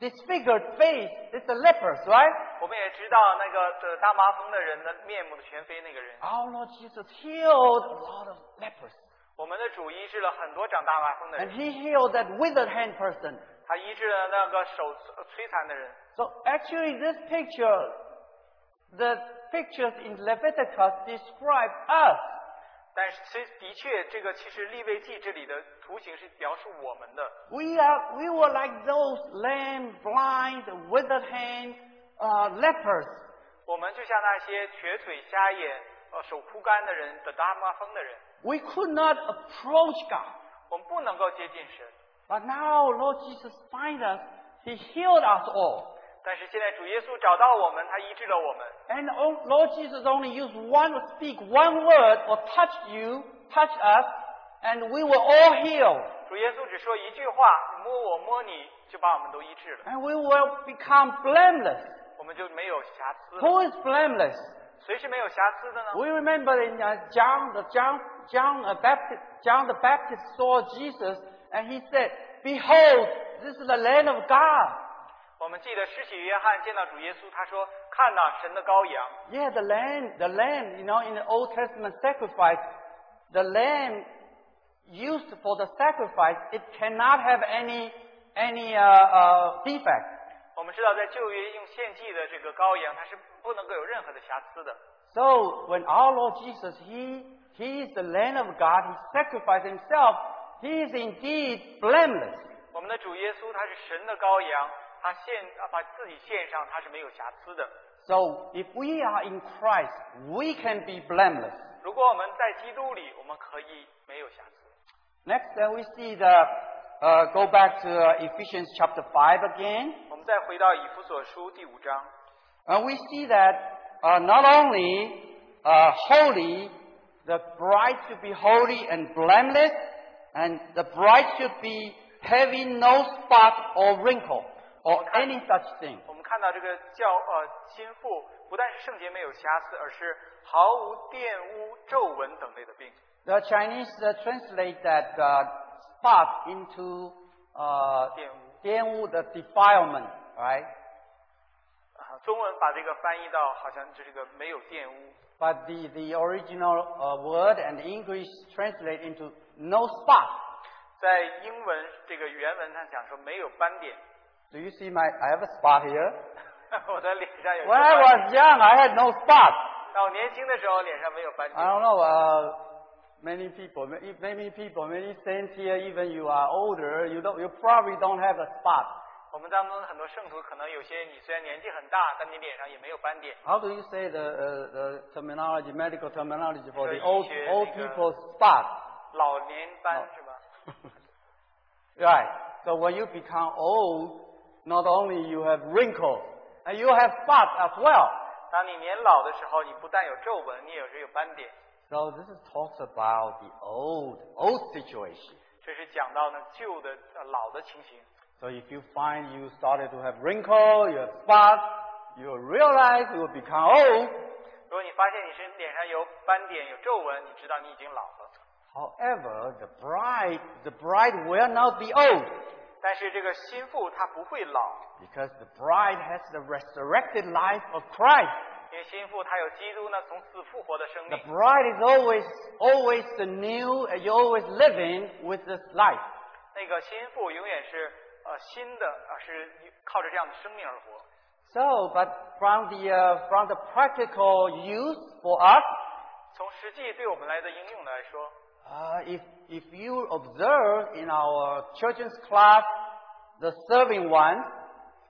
[SPEAKER 3] disfigured face. It's the lepers, right?
[SPEAKER 2] 我们也知道那个得大麻风的人的面目的全非那个人。
[SPEAKER 3] Our Lord Jesus healed a lot of lepers.
[SPEAKER 2] 我们的主医治了很多长大麻风的
[SPEAKER 3] And
[SPEAKER 2] 人，
[SPEAKER 3] he healed that withered hand person.
[SPEAKER 2] 他医治了那个手呃摧残的人。
[SPEAKER 3] So actually, this picture, the pictures in Leviticus describe us.
[SPEAKER 2] 但是其的确，这个其实立位记这里的图形是描述我们的。
[SPEAKER 3] We are, we were like those lame, blind, withered hand, uh, lepers.
[SPEAKER 2] 我们就像那些瘸腿、瞎眼、呃手枯干的人、得大麻风的人，
[SPEAKER 3] We could not approach God.
[SPEAKER 2] 我们不能够接近神。
[SPEAKER 3] But now Lord Jesus find us. He healed us all.
[SPEAKER 2] 但是现在主耶稣找到我们，他医治了我们。
[SPEAKER 3] And on- Lord Jesus only used one, speak one word or touch you, touch us, and we were all healed.
[SPEAKER 2] 主耶稣只说一句话：“你摸我，摸你，就把我们都医治了，
[SPEAKER 3] And we will become blameless.
[SPEAKER 2] 我们就没有瑕疵了。
[SPEAKER 3] Who is blameless?
[SPEAKER 2] 谁是没有瑕疵的呢？
[SPEAKER 3] We remember in uh, John, the John, John, uh, Baptist, John the Baptist saw Jesus and he said, Behold, this is the land of God.
[SPEAKER 2] 我们记得施洗约翰见到主耶稣，他说：‘看呐、神的羔羊。
[SPEAKER 3] Yeah, the lamb, the lamb, you know, in the Old Testament sacrifice, the lamb used for the sacrifice, it cannot have any, any, uh, uh, defect. ’
[SPEAKER 2] 我们知道，在旧约用献祭的这个羔羊，它是不能够有任何的瑕疵的。
[SPEAKER 3] So when our Lord Jesus, He, He is the Lamb of God, He sacrificed Himself, He is indeed blameless.
[SPEAKER 2] 我们的主耶稣，他是神的羔羊，他献啊把自己献上，他是没有瑕疵的。
[SPEAKER 3] So if we are in Christ, we can be blameless.
[SPEAKER 2] 如果我们在基督里，我们可以没有瑕疵。
[SPEAKER 3] Next, then we see the, uh, go back to uh, Ephesians chapter 5 again.
[SPEAKER 2] 我们再回到以弗所书第五章，
[SPEAKER 3] And we see that uh, not only uh, holy, the bride should be holy and blameless, and the bride should be having no spot or wrinkle or any such thing.
[SPEAKER 2] 我们看到这个教呃心腹不但是圣洁没有瑕疵，而是毫无玷污、皱纹等类的病。
[SPEAKER 3] The Chinese uh, translate that uh, spot into uh,
[SPEAKER 2] 玷污。
[SPEAKER 3] 玷污, the defilement, right?
[SPEAKER 2] 啊，中文把这个翻译到好像就是个没有玷污，
[SPEAKER 3] But the, the original uh, word and English translate into no spot.
[SPEAKER 2] 在英文这个原文上讲说没有斑点。
[SPEAKER 3] Do you see my, I have a spot here?
[SPEAKER 2] 我的脸上有一个
[SPEAKER 3] When I
[SPEAKER 2] 斑
[SPEAKER 3] was
[SPEAKER 2] 点。
[SPEAKER 3] young, I had no spot.
[SPEAKER 2] 那我年轻的时候脸上没有斑
[SPEAKER 3] I
[SPEAKER 2] 点。
[SPEAKER 3] don't know, uh, many people, ma- e, many people, many saints here, even you are older, you don't, you probably don't have a spot.
[SPEAKER 2] 我们当中的很多圣徒，可能有些你虽然年纪很大，但你脸上也没有斑点。
[SPEAKER 3] How do you say the, uh, the terminology, medical terminology for the
[SPEAKER 2] So
[SPEAKER 3] old,
[SPEAKER 2] you-
[SPEAKER 3] old
[SPEAKER 2] you-
[SPEAKER 3] people's spot?
[SPEAKER 2] 老年斑
[SPEAKER 3] 哦
[SPEAKER 2] 是吧？
[SPEAKER 3] Right. So when you become old, not only you have wrinkles, and you have spots as well.
[SPEAKER 2] 当你年老的时候，你不但有皱纹，你也是有斑点。
[SPEAKER 3] So this is talks about the old, old situation.
[SPEAKER 2] 这是讲到呢旧的、呃老的情形。
[SPEAKER 3] So if you find you started to have wrinkles, you have spots, you realize you will become old.
[SPEAKER 2] 如果你发现你是脸上有斑点、有皱纹，你知道你已经老了。
[SPEAKER 3] However, the bride, the bride will not be old
[SPEAKER 2] 但是这个心腹他不会老，
[SPEAKER 3] because the bride has the resurrected life of Christ.
[SPEAKER 2] 因为心腹他有基督呢从死复活的生
[SPEAKER 3] The
[SPEAKER 2] 命，
[SPEAKER 3] bride is always, always the new, and you're always living with this life.
[SPEAKER 2] 那个心腹永远是呃新的，而是靠着这样的生命而活。
[SPEAKER 3] So, but from the, uh, from the practical use for us,
[SPEAKER 2] 从实际对我们来的应用来说，
[SPEAKER 3] uh, if, if you observe in our children's class, the serving ones,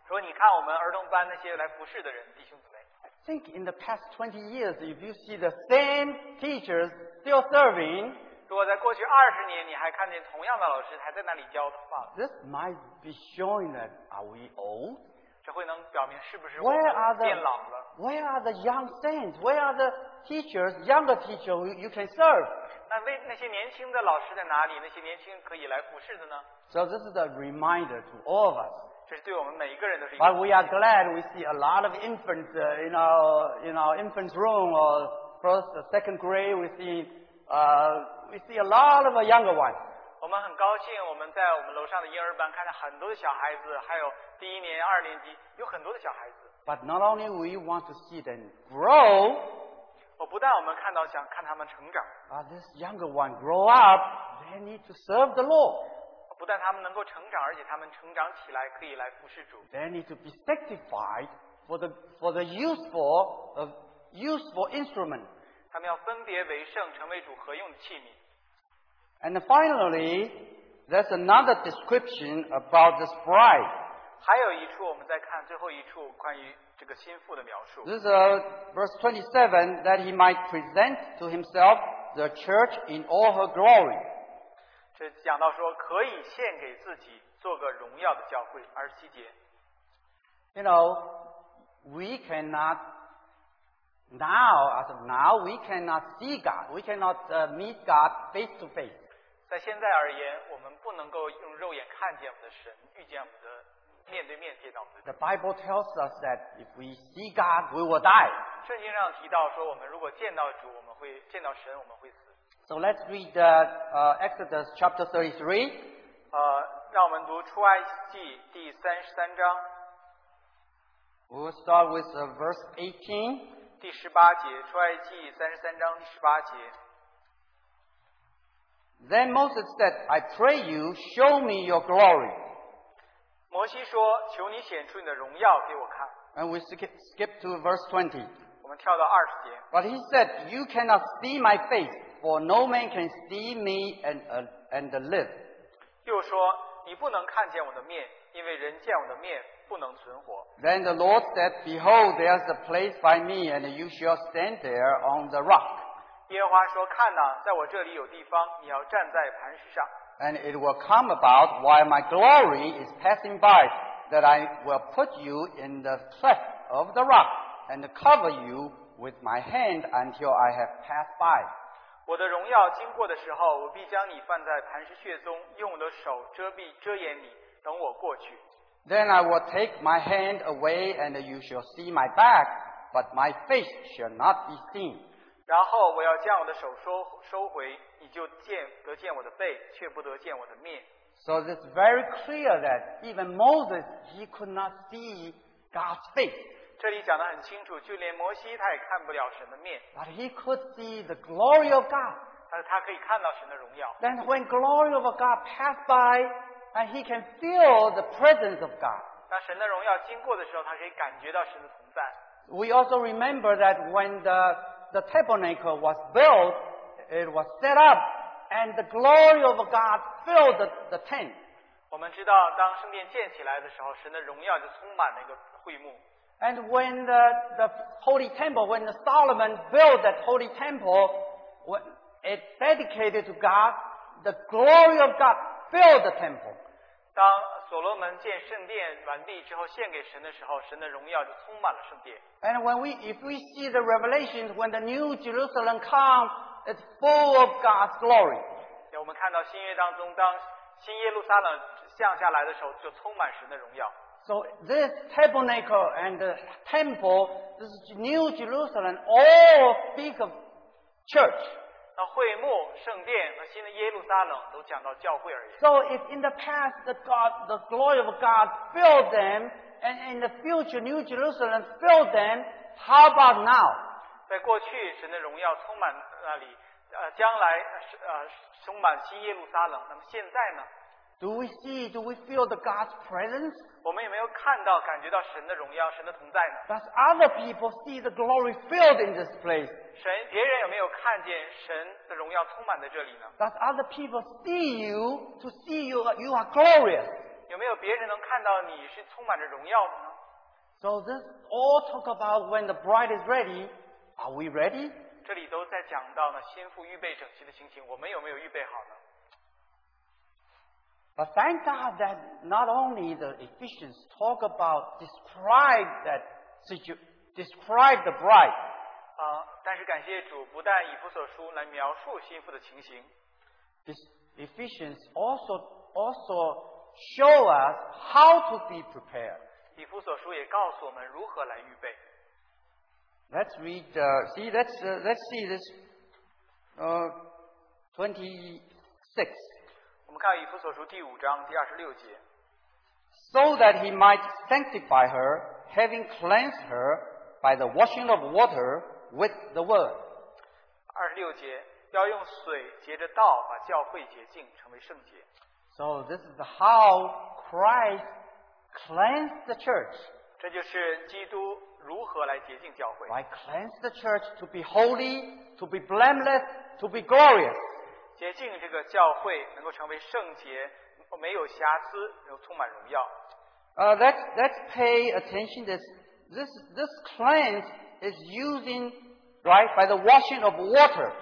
[SPEAKER 2] 如果你看我们儿童班那些来服侍的人弟兄姊妹，
[SPEAKER 3] I think in the past 20 years, if you see the same teachers still serving,
[SPEAKER 2] 如果在过去二十年你还看见同样的老师还在那里教的话，
[SPEAKER 3] this might be showing that are we old?
[SPEAKER 2] 这会能表明是不是我
[SPEAKER 3] Where are
[SPEAKER 2] 们
[SPEAKER 3] the
[SPEAKER 2] 变老了？
[SPEAKER 3] where are the young saints? Where are the teachers, younger teachers who you can serve?
[SPEAKER 2] 那那那些年轻的老师在哪里？那些年轻可以来服侍的呢？
[SPEAKER 3] So this is a reminder to all of us.
[SPEAKER 2] 这是对我们每一个人都是一个
[SPEAKER 3] But we are glad we see a lot of infants uh, in our in our infants room or first or second grade. We see uh, we see a lot of uh, younger ones.
[SPEAKER 2] 我们很高兴，我们在我们楼上的婴儿班看到很多的小孩子，还有第一年、二年级有很多的小孩子。
[SPEAKER 3] But not only we want to see them grow,
[SPEAKER 2] 我不但我们看到想看他们成长，
[SPEAKER 3] uh, this younger one grow up, they need to serve the Lord.
[SPEAKER 2] 不但他们能够成长，而且他们成长起来可以来服侍主，
[SPEAKER 3] They need to be sanctified for the for the useful of useful instrument.
[SPEAKER 2] 他们要分别为圣，成为主合用的器皿。
[SPEAKER 3] And finally, there's another description about this bride.
[SPEAKER 2] 还有一处，我们再看最后一处关于这个心腹的描述，
[SPEAKER 3] This is uh, verse 27 that he might present to himself the church in all her glory.
[SPEAKER 2] 这讲到说可以献给自己，做个荣耀的教会。二十七节，
[SPEAKER 3] You know, we cannot now, as of now, we cannot see God. We cannot uh, meet God face to face.
[SPEAKER 2] 在现在而言，我们不能够用肉眼看见我们的神，遇见我们的面对面见到我们的神
[SPEAKER 3] The Bible tells us that if we see God, we will die.
[SPEAKER 2] 圣经上提到说，我们如果见到主，我们会见到神，我们会死。
[SPEAKER 3] So let's read uh, uh, Exodus chapter 33,
[SPEAKER 2] 呃，让我们读出埃及记第三十三章
[SPEAKER 3] We will start with uh, verse 18.
[SPEAKER 2] 第十八节，出埃及记三十三章第十八节。
[SPEAKER 3] Then Moses said, I pray you, show me your glory.
[SPEAKER 2] 摩西说：“求你显出你的荣耀给我看。
[SPEAKER 3] And we skip, skip to verse 20. ”
[SPEAKER 2] 我们跳到二十节，
[SPEAKER 3] But he said, You cannot see my face, for no man can see me and, uh, and live.
[SPEAKER 2] 又说：“你不能看见我的面，因为人见我的面不能存活。
[SPEAKER 3] Then the Lord said, Behold, there's a place by me, and you shall stand there on the rock. ”
[SPEAKER 2] 耶和华说：“看呐、在我这里有地方，你要站在磐石上。
[SPEAKER 3] And it will come about while my glory is passing by that I will put you in the cleft of the rock and cover you with my hand until I have passed by.
[SPEAKER 2] 我的荣耀经过的时候，我必将你放在磐石穴中，用我的手遮蔽遮掩你，等我过去。”
[SPEAKER 3] Then I will take my hand away and you shall see my back, but my face shall not be seen.
[SPEAKER 2] 然后我要将我的手收收回，你就见得见我的背，却不得见我的面。
[SPEAKER 3] So it's very clear that even Moses, he could not see God's face,
[SPEAKER 2] 这里讲得很清楚，就连摩西他也看不了神的面，
[SPEAKER 3] but he could see the glory of God.
[SPEAKER 2] 但呃是他可以看到神的荣耀。
[SPEAKER 3] Then when glory of God passed by, and he can feel the presence of God.
[SPEAKER 2] 当神的荣耀经过的时候，他可以感觉到神的同在。
[SPEAKER 3] We also remember that when the, the tabernacle was built, it was set up, and the glory of God filled the, the tent.
[SPEAKER 2] 我们知道，当圣殿建起来的时候，神的荣耀就充满了一个会幕。
[SPEAKER 3] And when the, the holy temple, when Solomon built that holy temple, when it dedicated to God, the glory of God filled the temple.
[SPEAKER 2] 当所罗门建圣殿完毕之后，献给神的时候，神的荣耀就充满了圣殿。
[SPEAKER 3] And when we, if we see the revelations, when the new Jerusalem comes, it's full of God's glory.
[SPEAKER 2] 我们看到新约当中，当新耶路撒冷降下来的时候，就充满神的荣耀。
[SPEAKER 3] So this tabernacle and the temple, this new Jerusalem, all speak of church.
[SPEAKER 2] 那会幕、圣殿和新的耶路撒冷都讲到教会而言。
[SPEAKER 3] So if in the past the God, the glory of God filled them, and in the future New Jerusalem filled them, how about now?
[SPEAKER 2] 在过去，神的荣耀充满那里，呃，将来呃是呃充满新耶路撒冷。那么现在呢，
[SPEAKER 3] Do we see, do we feel the God's presence?
[SPEAKER 2] 我们有没有看到、感觉到神的荣耀、神的同在呢？
[SPEAKER 3] Does other people see the glory filled in this place?
[SPEAKER 2] 神，别人有没有看见神的荣耀充满在这里呢？
[SPEAKER 3] Does other people see you to see you, you are glorious?
[SPEAKER 2] 有没有别人能看到你是充满着荣耀的呢？
[SPEAKER 3] So this all talk about when the bride is ready. Are we ready?
[SPEAKER 2] 这里都在讲到呢，心腹预备整齐的情形，我们有没有预备好呢？
[SPEAKER 3] But thank God that not only the Ephesians talk about, describe that situ, describe the bride,
[SPEAKER 2] 啊、但是感谢主，不但以弗所书来描述心腹的情形，
[SPEAKER 3] this Ephesians also, also show us how to be prepared.
[SPEAKER 2] 以弗所书也告诉我们如何来预备。
[SPEAKER 3] Let's read, uh, see, let's, uh, let's see this, uh, 26.
[SPEAKER 2] 我们看以弗所书第五章第二十六节，
[SPEAKER 3] so that he might sanctify her, having cleansed her by the washing of water with the word.
[SPEAKER 2] 二十六节要用水接着道把教会洁净，成为圣洁。
[SPEAKER 3] So this is how Christ cleansed the church.
[SPEAKER 2] 这就是基督如何来洁净教会，
[SPEAKER 3] Why cleanse the church to be holy, to be blameless, to be glorious.
[SPEAKER 2] 洁净这个教会能够成为圣洁，没有瑕疵，又充满荣耀。
[SPEAKER 3] Uh, let's, let's pay attention this. This, this cleanse is using, right, by the washing of water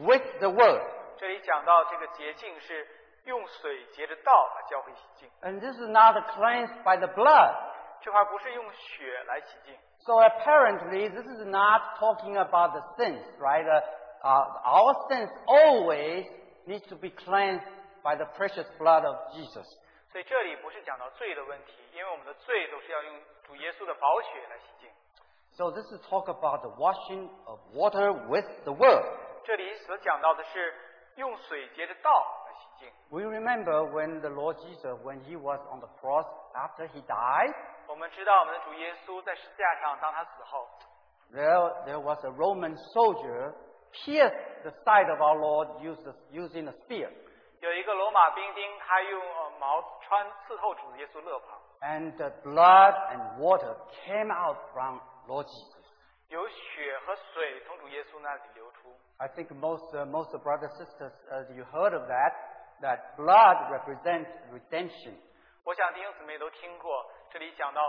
[SPEAKER 3] with the word.
[SPEAKER 2] 这里讲到这个洁净是用水接着道把教会洗净，
[SPEAKER 3] And this is not a cleanse by the blood.
[SPEAKER 2] 这块不是用血来洗净。
[SPEAKER 3] So apparently, this is not talking about the sins, right? Uh, uh, our sins always need to be cleansed by the precious blood of Jesus.
[SPEAKER 2] 所以这里不是讲到罪的问题，因为我们的罪都是要用主耶稣的宝血来洗净。
[SPEAKER 3] So this is talk about the washing of water with the word.
[SPEAKER 2] 这里所讲到的是用水接着道来洗净。
[SPEAKER 3] We remember when the Lord Jesus, when he was on the cross after he died,
[SPEAKER 2] 我们知道我们的主耶稣在十字架上，当他死后，
[SPEAKER 3] there, there was a Roman soldier pierced the side of our Lord used, using a spear.
[SPEAKER 2] 有一个罗马兵丁，他用呃矛穿刺透主耶稣肋旁，
[SPEAKER 3] And the blood and water came out from Lord Jesus.
[SPEAKER 2] 有血和水从主耶稣那里流出。
[SPEAKER 3] I think most uh, most brothers sisters uh, you heard of that that blood represents redemption
[SPEAKER 2] 我想弟兄姊妹都听过，这里讲到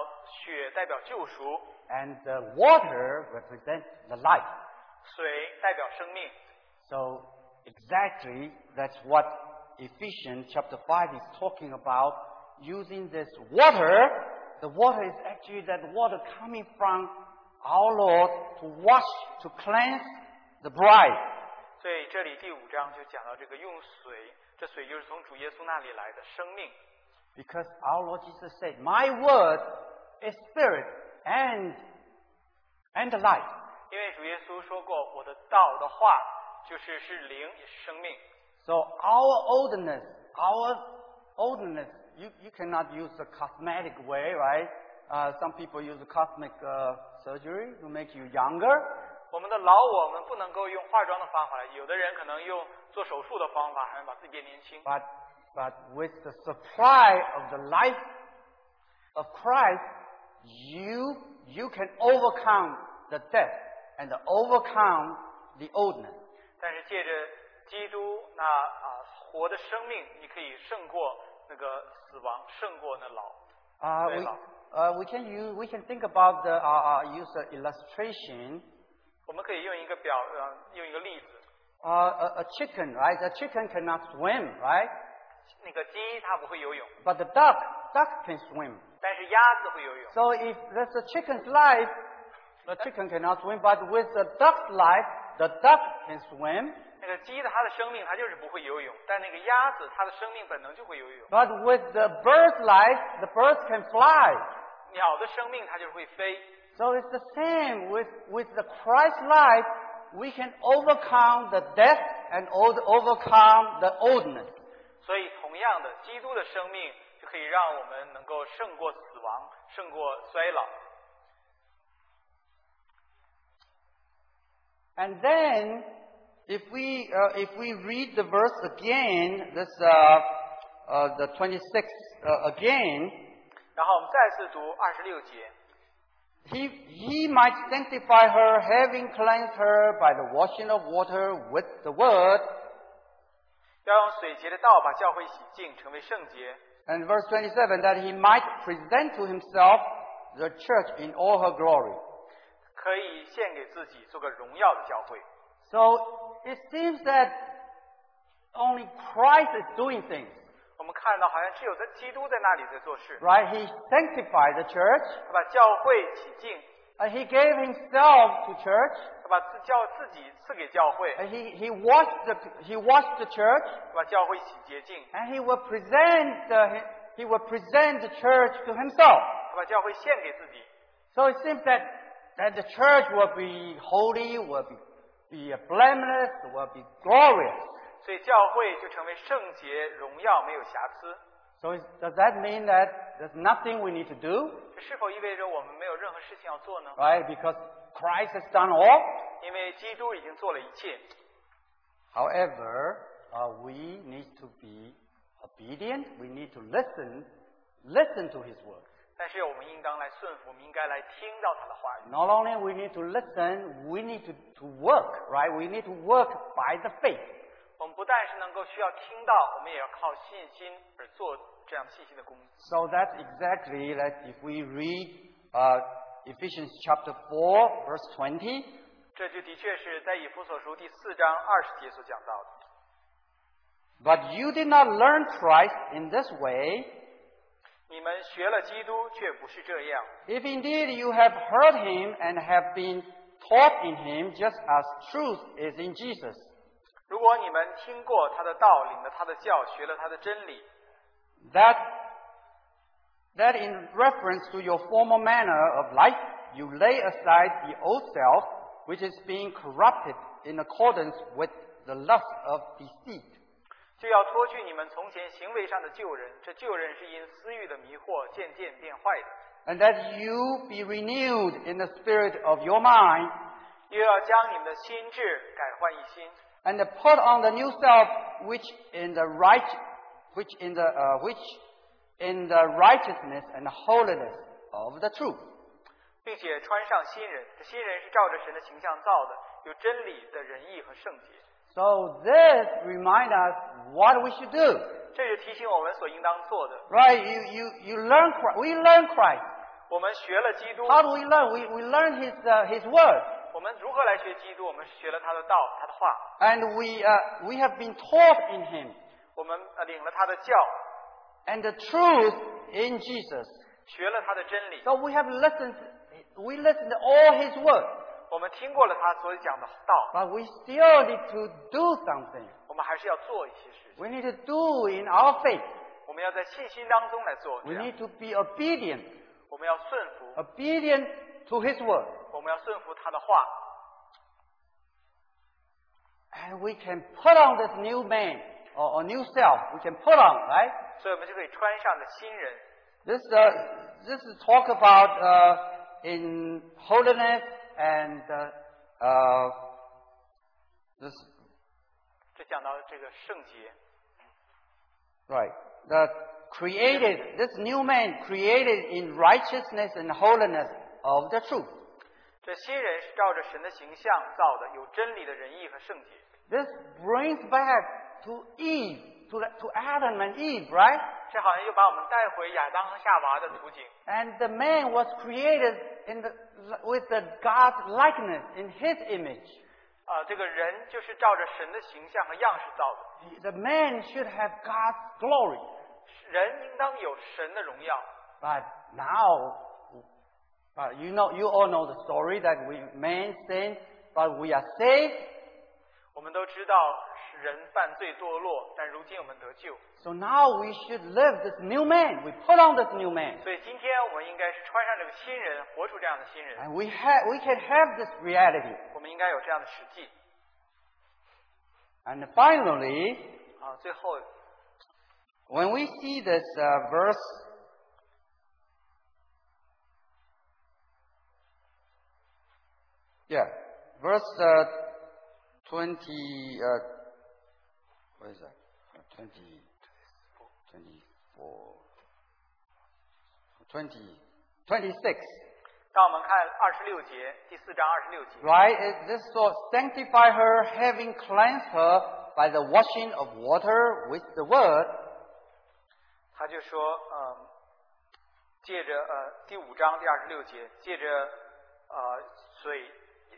[SPEAKER 2] 血代表救赎，
[SPEAKER 3] and uh, water represents the life.
[SPEAKER 2] 水代表生命。
[SPEAKER 3] So exactly that's what Ephesians chapter five is talking about. Using this water, the water is actually that water coming from our Lord to wash to cleanse the bride.
[SPEAKER 2] 所以这里第五章就讲到这个用水，这水就是从主耶稣那里来的生命。
[SPEAKER 3] Because our Lord Jesus said, My word is spirit and and life.
[SPEAKER 2] 因为主耶稣说过，我的道的话就是是灵也是生命，
[SPEAKER 3] So our oldness, our oldness, you, you cannot use the cosmetic way, right? Uh, some people use cosmetic uh, surgery to make you younger.
[SPEAKER 2] 我们的老我们不能够用化妆的方法来，有的人可能用做手术的方法，还能把自己变年轻。
[SPEAKER 3] But but with the supply of the life of Christ, you, you can overcome the death and overcome the oldness.
[SPEAKER 2] 但是借着基督那啊活的生命，你可以胜过那个死亡，胜过那老。
[SPEAKER 3] Uh, we,
[SPEAKER 2] Well.
[SPEAKER 3] uh, we can use, we can think about the, uh, uh, use the illustration.
[SPEAKER 2] 我们可以用一个表，呃，用一个例子，
[SPEAKER 3] Uh, a, a chicken, right? A chicken cannot swim, right?
[SPEAKER 2] 那个鸡它不会游泳，
[SPEAKER 3] But the duck, duck can swim.
[SPEAKER 2] 但是鸭子会游泳。
[SPEAKER 3] So if that's a chicken's life, the chicken cannot swim, but with the duck's life, the duck can swim.
[SPEAKER 2] 那个鸡的它的生命它就是不会游泳，但那个鸭子它的生命本能就会游泳。
[SPEAKER 3] But with the bird's life, the bird can fly.
[SPEAKER 2] 鸟的生命它就是会飞。
[SPEAKER 3] So it's the same with, with the Christ life, we can overcome the death and o- overcome the oldness.
[SPEAKER 2] 所以，同样的，基督的生命就可以让我们能够胜过死亡，胜过衰老。
[SPEAKER 3] And then, if we, uh, if we read the verse again, this, uh, uh, the 26th uh, again,
[SPEAKER 2] 然后我们再次读二十六节，
[SPEAKER 3] he, he might sanctify her, having cleansed her by the washing of water with the word.
[SPEAKER 2] 要用水洁的道把教会洗净，成为圣洁，
[SPEAKER 3] And verse 27, that he might present to himself the church in all her glory.
[SPEAKER 2] 可以献给自己，做个荣耀的教会。
[SPEAKER 3] So it seems that only Christ is doing things,
[SPEAKER 2] 我们看到，好像只有在基督在那里在做事，
[SPEAKER 3] right? He sanctified the church.
[SPEAKER 2] 他把教会洗净，
[SPEAKER 3] and he gave himself to church.
[SPEAKER 2] 他把自教自己赐给教会，
[SPEAKER 3] and Uh, he, he, washed the, he washed the church.
[SPEAKER 2] 他把教会洗洁净，
[SPEAKER 3] And he will present the, he will present the church to himself.
[SPEAKER 2] 他把教会献给自己。
[SPEAKER 3] So it seems that, that the church will be holy, will be, be blameless, will be glorious.
[SPEAKER 2] 所以教会就成为圣洁、荣耀、没有瑕疵。
[SPEAKER 3] So is, does that mean that there's nothing we need to do,
[SPEAKER 2] 这是否意味着我们没有任何事情要做呢？
[SPEAKER 3] right? Because Christ has done all.
[SPEAKER 2] 因为基督已经做了一切。
[SPEAKER 3] However, uh, we need to be obedient. We need to listen, listen to His word.
[SPEAKER 2] 但是我们应当来顺服，我们应该来听到他的话语。
[SPEAKER 3] Not only we need to listen, we need to, to work, right? We need to work by the faith.
[SPEAKER 2] 我们不但是能够需要听到，我们也要靠信心而做这样信心的工作。
[SPEAKER 3] So that's exactly that if we read uh, Ephesians chapter 4, verse 20,
[SPEAKER 2] 这就的确是在以弗所书第四章二十节所讲到的。
[SPEAKER 3] but you did not learn Christ in this way,
[SPEAKER 2] 你们学了基督，却不是这样。
[SPEAKER 3] If indeed you have heard him and have been taught in him, just as truth is in Jesus,
[SPEAKER 2] 如果你们听过他的道，领了他的教，学了他的真理，
[SPEAKER 3] that, that in reference to your former manner of life, you lay aside the old self, which is being corrupted in accordance with the lust of deceit,
[SPEAKER 2] 就要脱去你们从前行为上的旧人，这旧人是因私欲的迷惑渐渐变坏的。
[SPEAKER 3] and that you be renewed in the spirit of your mind,
[SPEAKER 2] 又要将你们的心智改换一新，
[SPEAKER 3] and put on the new self which in the right which in the uh, which in the righteousness and holiness of the truth
[SPEAKER 2] 并且穿上新人。这新人是照着神的形象造的，有真理的仁义和圣洁。
[SPEAKER 3] so this remind us what we should do
[SPEAKER 2] 这是提醒我们所应当做的。
[SPEAKER 3] right you you you learn christ. we learn christ
[SPEAKER 2] 我们学了基督，
[SPEAKER 3] how do we learn we, we learn his uh, his word
[SPEAKER 2] 我们如何来学基督？我们学了他的道，他的话，
[SPEAKER 3] and we uh, we have been taught in him
[SPEAKER 2] 我们呃领了他的教，
[SPEAKER 3] and the truth in jesus
[SPEAKER 2] 学了他的真理，
[SPEAKER 3] so we have listened we listened to all his word
[SPEAKER 2] 我们听过了他所讲的道，
[SPEAKER 3] but we still need to do something
[SPEAKER 2] 我们还是要做一些事情。
[SPEAKER 3] We need to do in our faith.
[SPEAKER 2] 我们要在信心当中来做，这
[SPEAKER 3] We
[SPEAKER 2] 样
[SPEAKER 3] need to be obedient,
[SPEAKER 2] 我们要顺服，
[SPEAKER 3] obedient to His word,
[SPEAKER 2] 我们要顺服他的话，
[SPEAKER 3] and we can put on this new man or, or new self. We can put on, right?
[SPEAKER 2] 所以我们就可以穿上的新人。
[SPEAKER 3] This uh, this is talk about uh, in holiness and uh, uh, this
[SPEAKER 2] 这讲到这个圣洁，
[SPEAKER 3] right the created, this new man created in righteousness and holiness of the truth.
[SPEAKER 2] 这新人是照着神的形象造的，有真理的仁义和圣洁。
[SPEAKER 3] This brings back to Eve, to, the, to Adam and Eve, right?
[SPEAKER 2] 这好像又把我们带回亚当和夏娃的图景。
[SPEAKER 3] And the man was created in the, with the God likeness, in his image.
[SPEAKER 2] 啊，这个人就是照着神的形象和样式造
[SPEAKER 3] The
[SPEAKER 2] 的，
[SPEAKER 3] man should have God's glory.
[SPEAKER 2] 人应当有神的荣耀。
[SPEAKER 3] But now, uh, you know, you all know the story that we men sin, but we are saved.
[SPEAKER 2] 我们都知道人犯罪堕落，但如今我们得救，
[SPEAKER 3] So now we should live this new man. We put on this new man,
[SPEAKER 2] 所以今天我们应该是穿上这个新人，活出这样的新人。
[SPEAKER 3] and we have we can have this reality.
[SPEAKER 2] 我们应该有这样的实际。
[SPEAKER 3] And finally,
[SPEAKER 2] 啊，最后
[SPEAKER 3] when we see this uh, verse. Yeah, verse uh, 20, uh, what is that? Uh, 20, 24, 20, 26.
[SPEAKER 2] 让我们看二十六节，第四章二十六节。
[SPEAKER 3] Right? It- This so sanctify her, having cleansed her by the washing of water with the word,
[SPEAKER 2] 他就说，嗯，借着呃第五章第二十六节，借着呃水，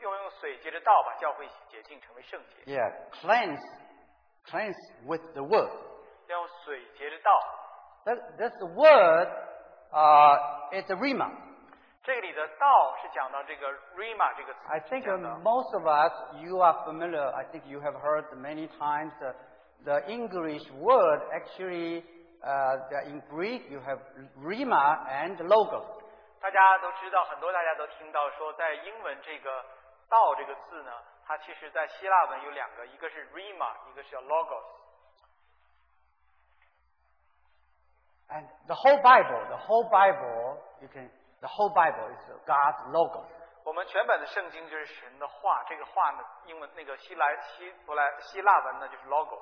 [SPEAKER 2] 用用水借着道把教会洁净成为圣洁，
[SPEAKER 3] yeah, cleanse, cleanse with the word.
[SPEAKER 2] 要用水接着道。
[SPEAKER 3] That, that's the word, uh, it's a rima.
[SPEAKER 2] 这里的道是讲到这个 rima 这个词
[SPEAKER 3] I think uh,
[SPEAKER 2] 讲到
[SPEAKER 3] most of us, you are familiar, I think you have heard many times the, the English word actually, uh, the- in Greek you have rima and logos.
[SPEAKER 2] 大家都知道，很多大家都听到说，在英文这个“道”这个字呢，它其实在希腊文有两个，一个是 rima，一个是叫 logos。
[SPEAKER 3] And the whole Bible, the whole Bible, you can, the whole Bible is God's logos.
[SPEAKER 2] 我们全本的圣经就是神的话，这个话呢，英文那个希来希伯来希腊文呢就是 logos。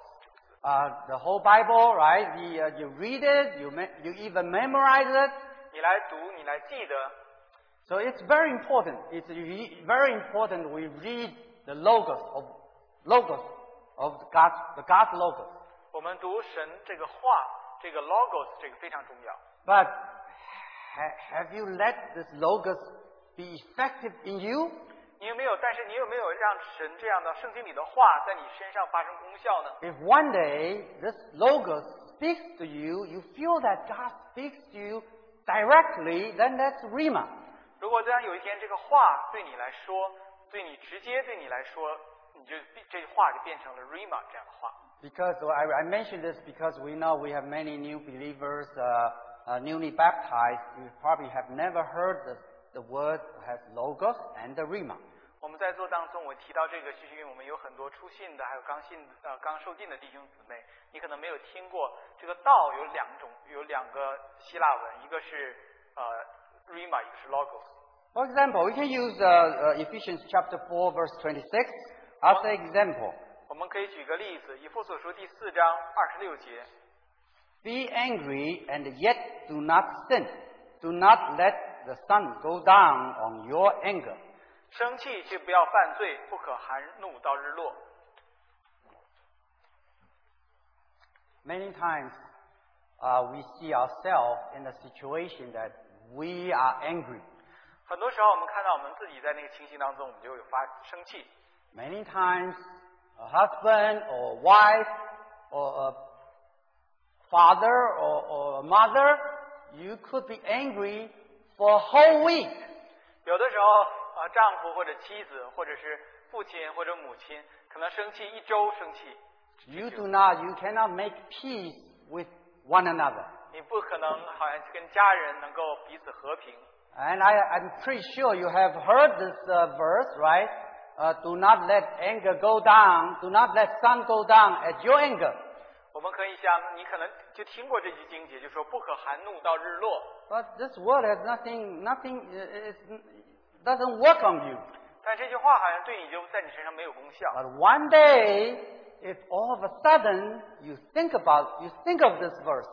[SPEAKER 3] Uh, the whole Bible, right? The, uh, you read it, you, me- you even memorize it.
[SPEAKER 2] 你来读，你来记得，
[SPEAKER 3] So it's very important. It's re- very important we read the logos of logos of God, the God's logos.
[SPEAKER 2] 我们读神这个话，这个 logos 这个非常重要。
[SPEAKER 3] But ha- have you let this logos be effective in you?
[SPEAKER 2] 你有没有？但是你有没有让神这样的圣经里的话在你身上发生功效呢？
[SPEAKER 3] If one day this logos speaks to you, you feel that God speaks to you directly, then that's Rima.
[SPEAKER 2] 如果当有一天这个话对你来说，对你直接对你来说，你就这话就变成了 rima 这样的话。
[SPEAKER 3] Because well, I, I mention this because we know we have many new believers, uh, uh, newly baptized, who probably have never heard the, the word has logos and the Rima.
[SPEAKER 2] 我们在座当中，我提到这个，就是因为我们有很多初信的，还有刚信呃刚受浸的弟兄姊妹，你可能没有听过这个道有两种，有两个希腊文，一个是呃 rima，一个是 logos。
[SPEAKER 3] For example, we can use uh, uh, Ephesians chapter 4 verse 26 as an example.
[SPEAKER 2] 我们可以举个例子，以父所书第四章二十六节，
[SPEAKER 3] Be angry and yet do not sin. Do not let the sun go down on your anger.
[SPEAKER 2] 生气却不要犯罪，不可含怒到日落。
[SPEAKER 3] Many times uh, we see ourselves in a situation that we are angry.
[SPEAKER 2] 很多时候，我们看到我们自己在那个情形当中，我们就有发生气。
[SPEAKER 3] Many times a husband or wife or a father or, or a mother, you could be angry for a whole week.
[SPEAKER 2] 有的时候，呃，丈夫或者妻子，或者是父亲或者母亲，可能生气一周生气，
[SPEAKER 3] You do not, you cannot make peace with one another.
[SPEAKER 2] 你不可能好像跟家人能够彼此和平。
[SPEAKER 3] And I, I'm pretty sure you have heard this uh, verse, right? Uh, do not let anger go down. Do not let sun go down at your anger.
[SPEAKER 2] 我们可以像你可能就听过这句经节，就说不可含怒到日落，
[SPEAKER 3] But this word has nothing, nothing, uh, it it doesn't work on you.
[SPEAKER 2] 但这句话好像对你就在你身上没有功效。
[SPEAKER 3] But one day, if all of a sudden you think about, you think of this verse,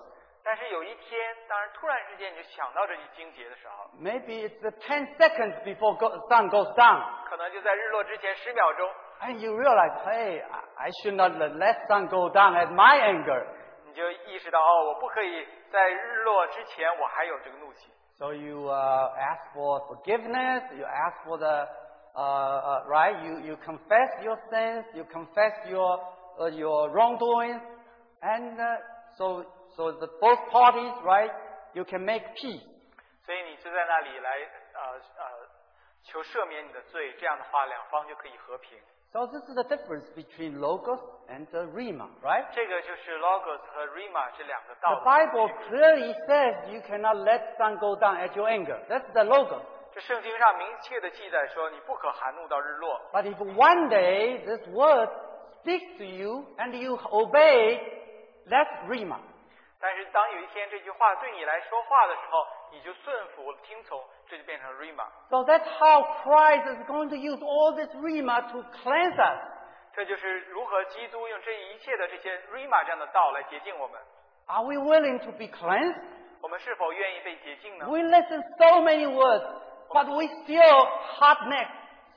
[SPEAKER 2] 但但是有一天，当然突然之间你就想到这一经节的时候，
[SPEAKER 3] Maybe it's the 10 seconds before go, sun goes down,
[SPEAKER 2] 可能就在日落之前十秒钟，
[SPEAKER 3] and you realize, hey, I, I should not let- let sun go down at my anger.
[SPEAKER 2] 你就意识到哦，我不可以在日落之前我还有这个怒气，
[SPEAKER 3] So you uh, ask for forgiveness. You ask for the uh, uh, right. You you confess your sins. You confess your uh, your wrongdoings, and uh, so so the both parties right. You can make peace.
[SPEAKER 2] 所以你就在那里来呃呃求赦免你的罪，这样的话两方就可以和平。
[SPEAKER 3] So this is the difference between logos and uh, rima, right?
[SPEAKER 2] 这个就是 logos 和 rima 这两个
[SPEAKER 3] The
[SPEAKER 2] 道理。
[SPEAKER 3] Bible clearly says you cannot let sun go down at your anger. That's the logos.
[SPEAKER 2] 这圣经上明确的记载说，你不可含怒到日落。
[SPEAKER 3] But if one day this word speaks to you and you obey, that's rima.
[SPEAKER 2] 但是当有一天这句话对你来说话的时候，你就顺服听从，这就变成 rima。
[SPEAKER 3] So that's how Christ is going to use all this Rima to cleanse us.
[SPEAKER 2] 这就是如何基督用这一切的这些 rima 这样的道来洁净我们。
[SPEAKER 3] Are we willing to be cleansed?
[SPEAKER 2] 我们是否愿意被洁净呢？
[SPEAKER 3] We listen so many words, but we still hard neck,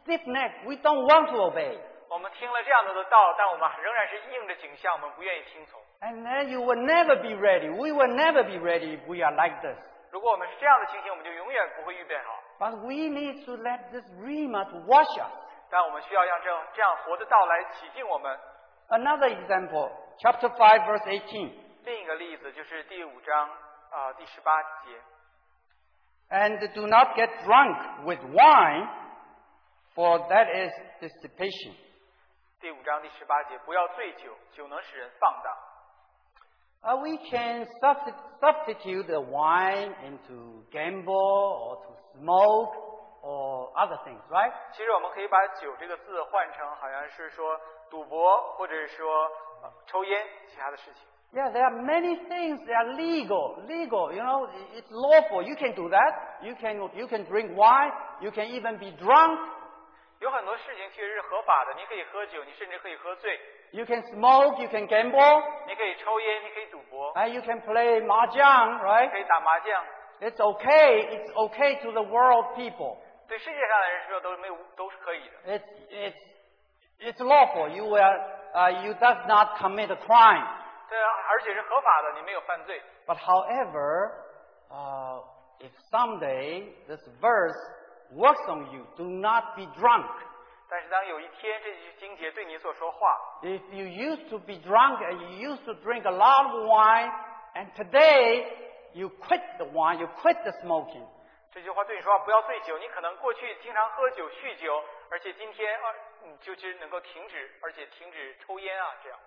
[SPEAKER 3] stiff neck. We don't want to obey.
[SPEAKER 2] 我们听了这样多的道，但我们仍然是硬着景象，我们不愿意听从。
[SPEAKER 3] And then you will never be ready. We will never be ready if we are like this.
[SPEAKER 2] 如果我们是这样的情形，我们就永远不会预备好。
[SPEAKER 3] But we need to let this Rima to wash us.
[SPEAKER 2] 但我们需要让这样这样活的道来洗净我们。
[SPEAKER 3] Another example, chapter 5 verse 18.
[SPEAKER 2] 另一个例子就是第五章啊、呃第十八节，
[SPEAKER 3] And do not get drunk with wine, for that is dissipation.
[SPEAKER 2] 第五章第十八节，不要醉酒，酒能使人放荡。
[SPEAKER 3] Uh, we can substi- substitute the wine into gamble or to smoke or other things, right?
[SPEAKER 2] 其实我们可以把“酒”这个字换成好像是说赌博，或者是说、呃抽烟，其他的事情。
[SPEAKER 3] Yeah, there are many things that are legal, legal, you know, i- it's lawful. You can do that. You can, you can drink wine. You can even be drunk.
[SPEAKER 2] 有很多事情其实是合法的，你可以喝酒，你甚至可以喝醉，
[SPEAKER 3] You can smoke. You can gamble.
[SPEAKER 2] 你可以抽烟，你可以赌博，
[SPEAKER 3] And you can play mahjong,
[SPEAKER 2] 可
[SPEAKER 3] right?
[SPEAKER 2] 以打麻将。
[SPEAKER 3] It's okay. It's okay to the world people.
[SPEAKER 2] 对世界上的人说都是没有都是可以的，
[SPEAKER 3] It's, it's, it's lawful. You will, uh, you does not commit a crime.
[SPEAKER 2] 这啊而且是合法的，你没有犯罪。
[SPEAKER 3] But however, uh, if someday this verse works on you, do not be drunk.
[SPEAKER 2] 但是当有一天这句经节对你所说话，
[SPEAKER 3] If you used to be drunk and you used to drink a lot of wine, and today you quit the wine, you quit the smoking,
[SPEAKER 2] 这句话对你说话不要醉酒，你可能过去经常喝酒酗酒，而且今天啊你就是能够停止，而且停止抽烟啊这样。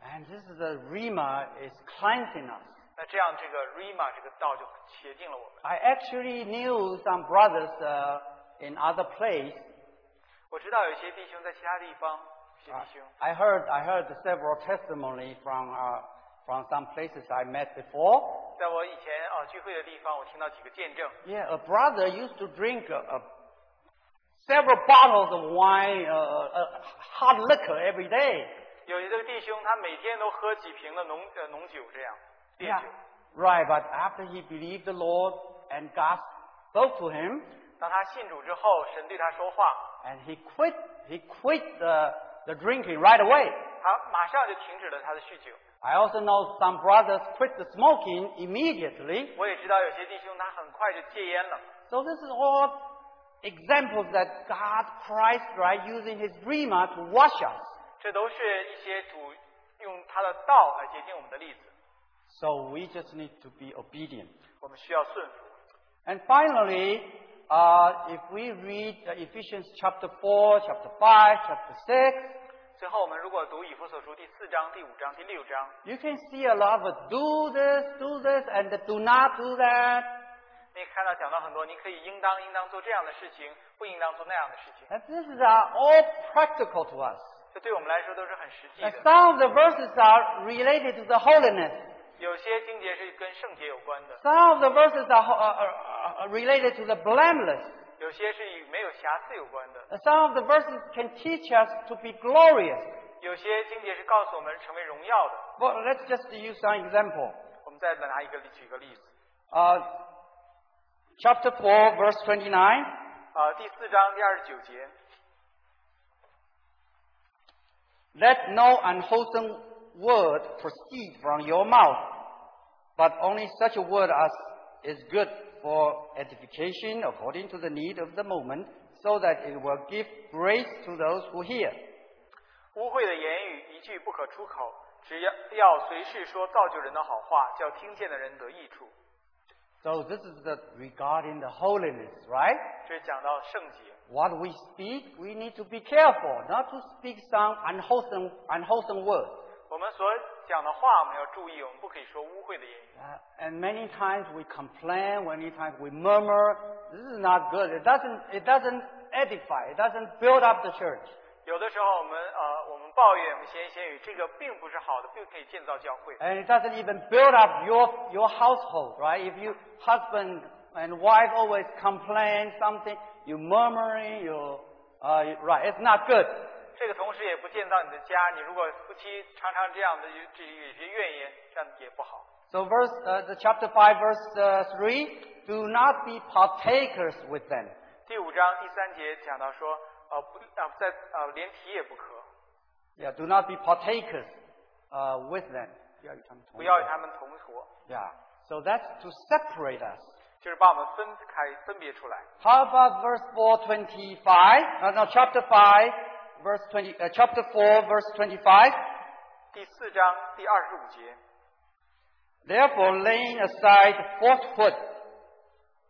[SPEAKER 3] and this is the Rima is cleansing us.
[SPEAKER 2] 那这样，这个 Rima 这个道就协进了我们。
[SPEAKER 3] I actually knew some brothers uh, in other place.
[SPEAKER 2] 我知道有些弟兄在其他地方，有些弟兄，
[SPEAKER 3] I heard I heard several testimony from uh, from some places I met before.
[SPEAKER 2] 在我以前啊聚会的地方，我听到几个见证。
[SPEAKER 3] Yeah, a brother used to drink uh, uh, several bottles of wine, uh, uh, hard liquor every day.
[SPEAKER 2] 有一个弟兄，他每天都喝几瓶的浓呃浓酒这样烈酒。
[SPEAKER 3] Right, but after he believed the Lord and God spoke to him,
[SPEAKER 2] 当他信主之后，神对他说话，
[SPEAKER 3] and he quit, he quit the, the drinking right away.
[SPEAKER 2] 他马上就停止了他的酗酒。
[SPEAKER 3] I also know some brothers quit the smoking immediately.
[SPEAKER 2] 我也知道有些弟兄他很快就戒烟了。
[SPEAKER 3] So this is all examples that God, Christ, right, using his dreamer to wash us.
[SPEAKER 2] 这都是一些主用他的道来接近我们的例子。
[SPEAKER 3] So we just need to be obedient.
[SPEAKER 2] 我们需要顺服。
[SPEAKER 3] And finally, uh, if we read uh, Ephesians chapter 4, chapter 5, chapter 6,
[SPEAKER 2] 最后，我们如果读以弗所书第四章、第五章、第六章，
[SPEAKER 3] you can see a lot of do this, do this, and do not do that.
[SPEAKER 2] 你看到讲到很多，你可以应当应当做这样的事情，不应当做那样的事情，
[SPEAKER 3] And this is uh, all practical to us.
[SPEAKER 2] 这对我们来说都是很实际
[SPEAKER 3] And
[SPEAKER 2] 的。
[SPEAKER 3] some of the verses are related to the holiness.
[SPEAKER 2] 有些经节是跟圣洁有关的，
[SPEAKER 3] Some of the verses are, ho- are, are, are related to the blameless.
[SPEAKER 2] 有些是与没有瑕疵有关的，
[SPEAKER 3] And Some of the verses can teach us to be glorious.
[SPEAKER 2] 有些经节是告诉我们成为荣耀的。
[SPEAKER 3] Well, let's just use an example.
[SPEAKER 2] 我们们再拿一个例举一个例子，
[SPEAKER 3] Uh, chapter 4, verse 29.
[SPEAKER 2] 呃，第四章第二十九节，
[SPEAKER 3] Let no unwholesome word proceed from your mouth, but only such a word as is good for edification according to the need of the moment, so that it will give grace to those who hear.
[SPEAKER 2] 污秽的言语一句不可出口，只要要随时说造就人的好话，叫听见的人得益处。
[SPEAKER 3] So this is the regarding the holiness, right?
[SPEAKER 2] 这是讲到圣洁，
[SPEAKER 3] What we speak, we need to be careful not to speak some unwholesome, unwholesome word.
[SPEAKER 2] 我们所讲的话我们要注意，我们不可以说污秽的言语。
[SPEAKER 3] Uh, and many times we complain, many times we murmur. This is not good. It doesn't, it doesn't edify. It doesn't build up the church.
[SPEAKER 2] 有的时候我们呃，我们抱怨，我们闲言闲语，这个并不是好的，并可以建造教会。
[SPEAKER 3] And it doesn't even build up your, your household, right? If you, husband and wife always complain something, you murmuring, you, uh, you- right, it's not good.
[SPEAKER 2] 这个同时也不建造你的家。你如果夫妻常常这样的，有这有些怨言，这样也不好。
[SPEAKER 3] So verse, uh, the chapter 5 verse uh, 3, do not be partakers with them.
[SPEAKER 2] 第五章第三节讲到说，呃不呃在呃连提也不可，
[SPEAKER 3] Yeah, do not be partakers, uh, with them.
[SPEAKER 2] 不要与他们同伙，
[SPEAKER 3] Yeah. So that's to separate us.
[SPEAKER 2] 就是把我们分开分别出来。
[SPEAKER 3] How about verse 425? No, no, chapter 5, verse 20, uh, chapter 4, verse 25.
[SPEAKER 2] 第四章第二十五节，
[SPEAKER 3] Therefore, laying aside falsehood,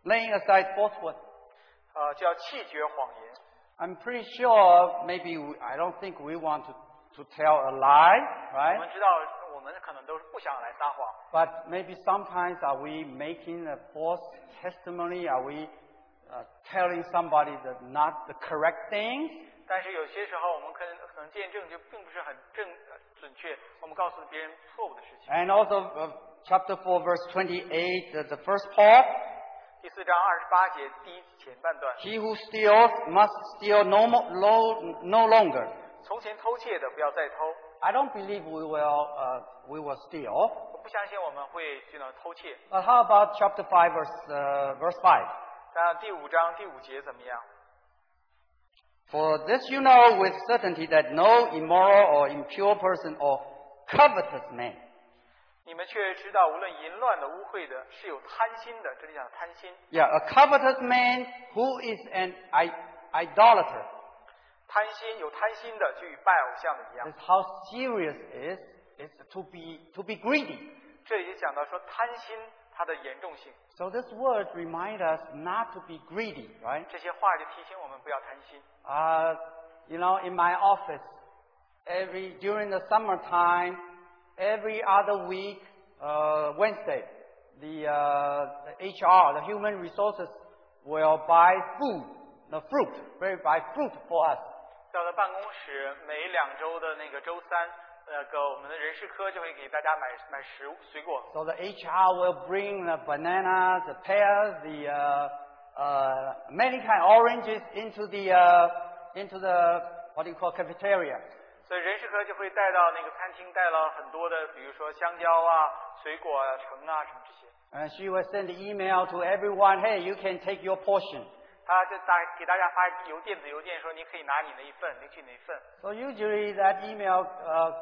[SPEAKER 3] laying aside falsehood.
[SPEAKER 2] 呃叫弃绝谎言。
[SPEAKER 3] I'm pretty sure maybe, we, I don't think we want to, to tell a lie,
[SPEAKER 2] 我
[SPEAKER 3] right?
[SPEAKER 2] 们知道，我们可能都是不想来撒谎，
[SPEAKER 3] But maybe sometimes are we making a false testimony? Are we uh, telling somebody that not the correct thing?
[SPEAKER 2] 但是有些时候我们可能可能见证就并不是很正呃准确，我们告诉别人错误的事情。
[SPEAKER 3] And also, uh, chapter 4, verse 28, the, the first part,
[SPEAKER 2] 第四章二十八节第一前半段，
[SPEAKER 3] he who steals must steal no, mo- lo- no longer.
[SPEAKER 2] 从前偷窃的不要再偷，
[SPEAKER 3] I don't believe we will, uh, we will steal.
[SPEAKER 2] 我不相信我们会去呢偷窃。
[SPEAKER 3] But how about chapter 5, verse, uh, verse 5?
[SPEAKER 2] 那第五章第五节怎么样？
[SPEAKER 3] For this you know with certainty that no immoral or impure person or covetous man.
[SPEAKER 2] 你们却知道，无论淫乱的、污秽的，是有贪心的。这里讲的贪心，
[SPEAKER 3] Yeah, a covetous man who is an I- idolater.
[SPEAKER 2] 贪心有贪心的，就与拜偶像的一样
[SPEAKER 3] That's。how serious it is, is to be, to be greedy.
[SPEAKER 2] 这里讲到说贪心它的严重性，
[SPEAKER 3] So this word remind us not to be greedy, right?
[SPEAKER 2] 这些话就提醒我们不要贪心。
[SPEAKER 3] Uh, you know, in my office, every during the summertime, every other week, uh, Wednesday, the, uh, the HR, the human resources, will buy food, the fruit, they buy fruit for us.
[SPEAKER 2] 在我的办公室，每两周的那个周三，那个我们的人事科就会给大家买买食物水果。
[SPEAKER 3] So the HR will bring the bananas, the pears, the uh, uh, many kind of oranges into the uh, into the what do you call cafeteria.
[SPEAKER 2] 所以人事科就会带到那个餐厅，带了很多的，比如说香蕉啊、水果啊、橙啊什么这些。
[SPEAKER 3] And she will send an email to everyone, hey, you can take your portion.
[SPEAKER 2] 他就大给大家发邮电子邮件说，你可以拿你那一份，领取你一份。
[SPEAKER 3] So usually that email uh,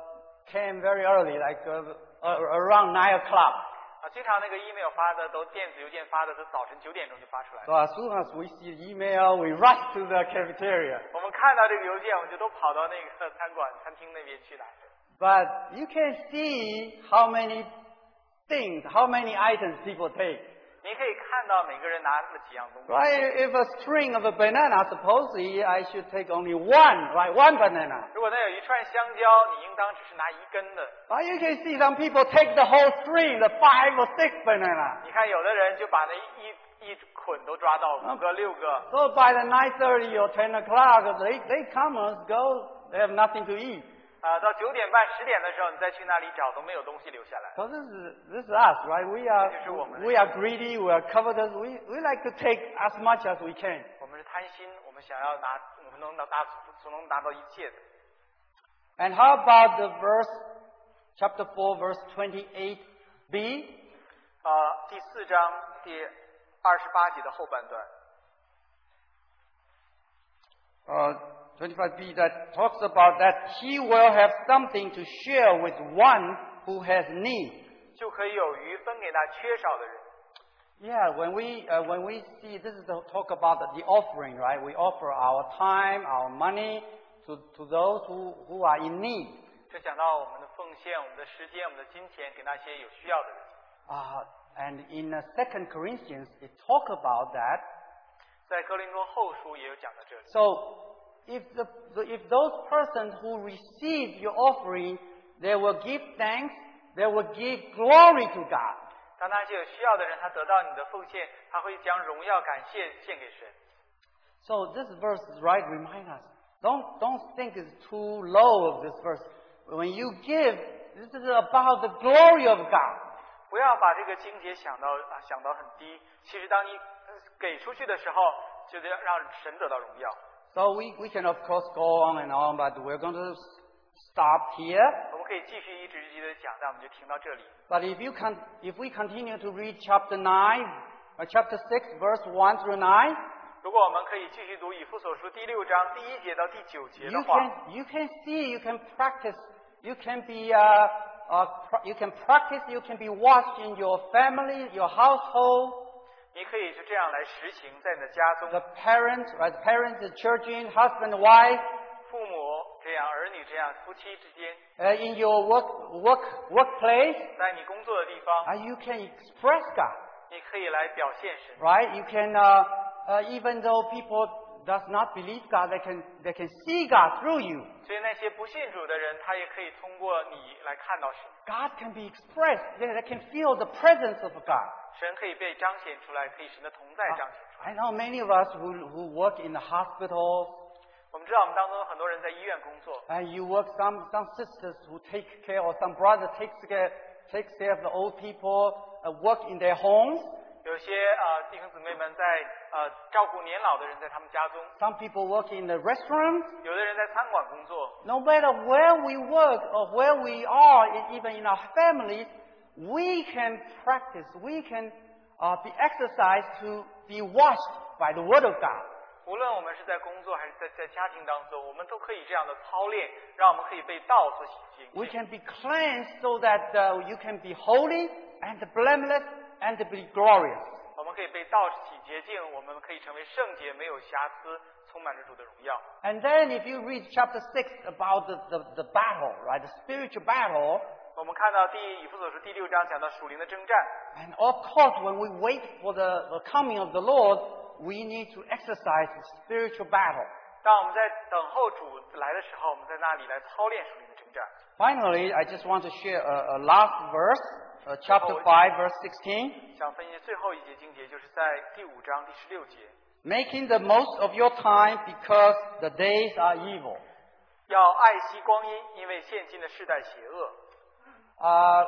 [SPEAKER 3] came very early, like uh, uh, around 9 o'clock.
[SPEAKER 2] 啊，经常那个 email 发的都电子邮件发的都早晨九点钟就发出来了。
[SPEAKER 3] So as soon as we see the email, we rush to the cafeteria.
[SPEAKER 2] 我们看到这个邮件，我们就都跑到那个餐馆、餐厅那边去拿。
[SPEAKER 3] But you can see how many things, how many items people take.
[SPEAKER 2] 你可以看到每个人拿了几样东西。
[SPEAKER 3] Right? If a string of a banana, supposedly I should take only one, right? One banana.
[SPEAKER 2] 如果那有一串香蕉，你应当只是拿一根的。
[SPEAKER 3] But you can see some people take the whole string, the five or six banana.
[SPEAKER 2] 你看，有的人就把那一一一捆都抓到五个、六个，
[SPEAKER 3] So Oh, by the 9.30 or 10 o'clock, they, they come and go, they have nothing to eat.
[SPEAKER 2] 啊，到九点半、十点的时候，你再去那里找，都没有东西留下来。
[SPEAKER 3] So this is, this is us, right? We are,
[SPEAKER 2] 这就是我们。
[SPEAKER 3] we are greedy, we are covetous, we, we like to take as much as we can.
[SPEAKER 2] 我们是贪心，我们想要拿，我们能拿拿总能拿到一切的。
[SPEAKER 3] And how about the verse, chapter 4, verse 28b?
[SPEAKER 2] 呃第四章第二十八节的后半段。
[SPEAKER 3] Uh, 25b that talks about that he will have something to share with one who has need.
[SPEAKER 2] 就可以有余分给那缺少的人。
[SPEAKER 3] Yeah, when we uh, when we see this is the talk about the, the offering, right? We offer our time, our money to, to those who, who are in need.
[SPEAKER 2] 这讲到我们的奉献、我们的时间、我们的金钱给那些有需要的人。
[SPEAKER 3] Uh, and in uh, Second Corinthians, it talk about that.
[SPEAKER 2] 在哥林多后书也有讲到这里。
[SPEAKER 3] So if the, the if those persons who receive your offering, they will give thanks, they will give glory to God.
[SPEAKER 2] 当那些有需要的人，他得到你的奉献，他会将荣耀、感谢献给神。
[SPEAKER 3] So this verse right remind us. Don't don't think it's too low of this verse. When you give, this is about the glory of God.
[SPEAKER 2] 不要把这个经节想到啊想到很低。其实当你呃给出去的时候，就得让神得到荣耀。
[SPEAKER 3] So we, we can of course go on and on, but we're going to stop here.
[SPEAKER 2] 我们可以继续一直一直的讲，但我们就停到这里。
[SPEAKER 3] But if you can, if we continue to read chapter nine, or chapter six, verse one through nine,
[SPEAKER 2] 如果我们可以继续读以父所书第六章第一节到第九节
[SPEAKER 3] you
[SPEAKER 2] 的话，
[SPEAKER 3] can you can see, you can practice, you can be uh, uh, pra- you can practice, you can be watched in your family, your household.
[SPEAKER 2] 你可以是这样来实行，在你的家中
[SPEAKER 3] the parents, right? Parents, the children, husband, wife,
[SPEAKER 2] 父母这样、儿女这样、夫妻之间，
[SPEAKER 3] uh, in your work, work, workplace,
[SPEAKER 2] 在你工作的地方，
[SPEAKER 3] uh, you can express God,
[SPEAKER 2] 你可以来表现神。
[SPEAKER 3] right? You can, uh, uh, even though people does not believe God, they can, they can see God through you.
[SPEAKER 2] 所以那些不信主的人，他也可以通过你来看到神，
[SPEAKER 3] God can be expressed. They, they can feel the presence of God.
[SPEAKER 2] 神可以被彰显出来，可以神的同在彰显出来。
[SPEAKER 3] I know many of us who, who work in the hospital,
[SPEAKER 2] 我们知道我们当中有很多人在医院工作，
[SPEAKER 3] and uh, you work some, some sisters who take care, or some brother takes care, takes care of the old people, uh, work in their homes.
[SPEAKER 2] 有些呃弟兄姊妹们在呃照顾年老的人，在他们家中，
[SPEAKER 3] Some people work in the restaurants.
[SPEAKER 2] 有的人在餐馆工作。
[SPEAKER 3] No matter where we work or where we are, e- even in our families, we can practice, we can uh, be exercised to be washed by the Word of God.
[SPEAKER 2] 无论我们是在工作还是在在家庭当中，我们都可以这样的操练，让我们可以被道所洗
[SPEAKER 3] We
[SPEAKER 2] 净。
[SPEAKER 3] can be cleansed so that uh, you can be holy and blameless and be glorious.
[SPEAKER 2] 我们可以被道洗洁净，我们可以成为圣洁，没有瑕疵，充满着主的荣耀。
[SPEAKER 3] And then if you read chapter 6 about the, the, the battle, right, the spiritual battle,
[SPEAKER 2] 我们看到第以弗所书第六章讲到属灵的征战，
[SPEAKER 3] And of course, when we wait for the, the coming of the Lord, we need to exercise the spiritual battle.
[SPEAKER 2] 当我们在等候主来的时候，我们在那里来操练属灵的征战。
[SPEAKER 3] Finally, I just want to share a, a last verse, uh, chapter 5, verse 16.
[SPEAKER 2] 想分析最后一节经节，就是在第五章第十六节，
[SPEAKER 3] Making the most of your time because the days are evil.
[SPEAKER 2] 要爱惜光阴，因为现今的世代邪恶。
[SPEAKER 3] Uh,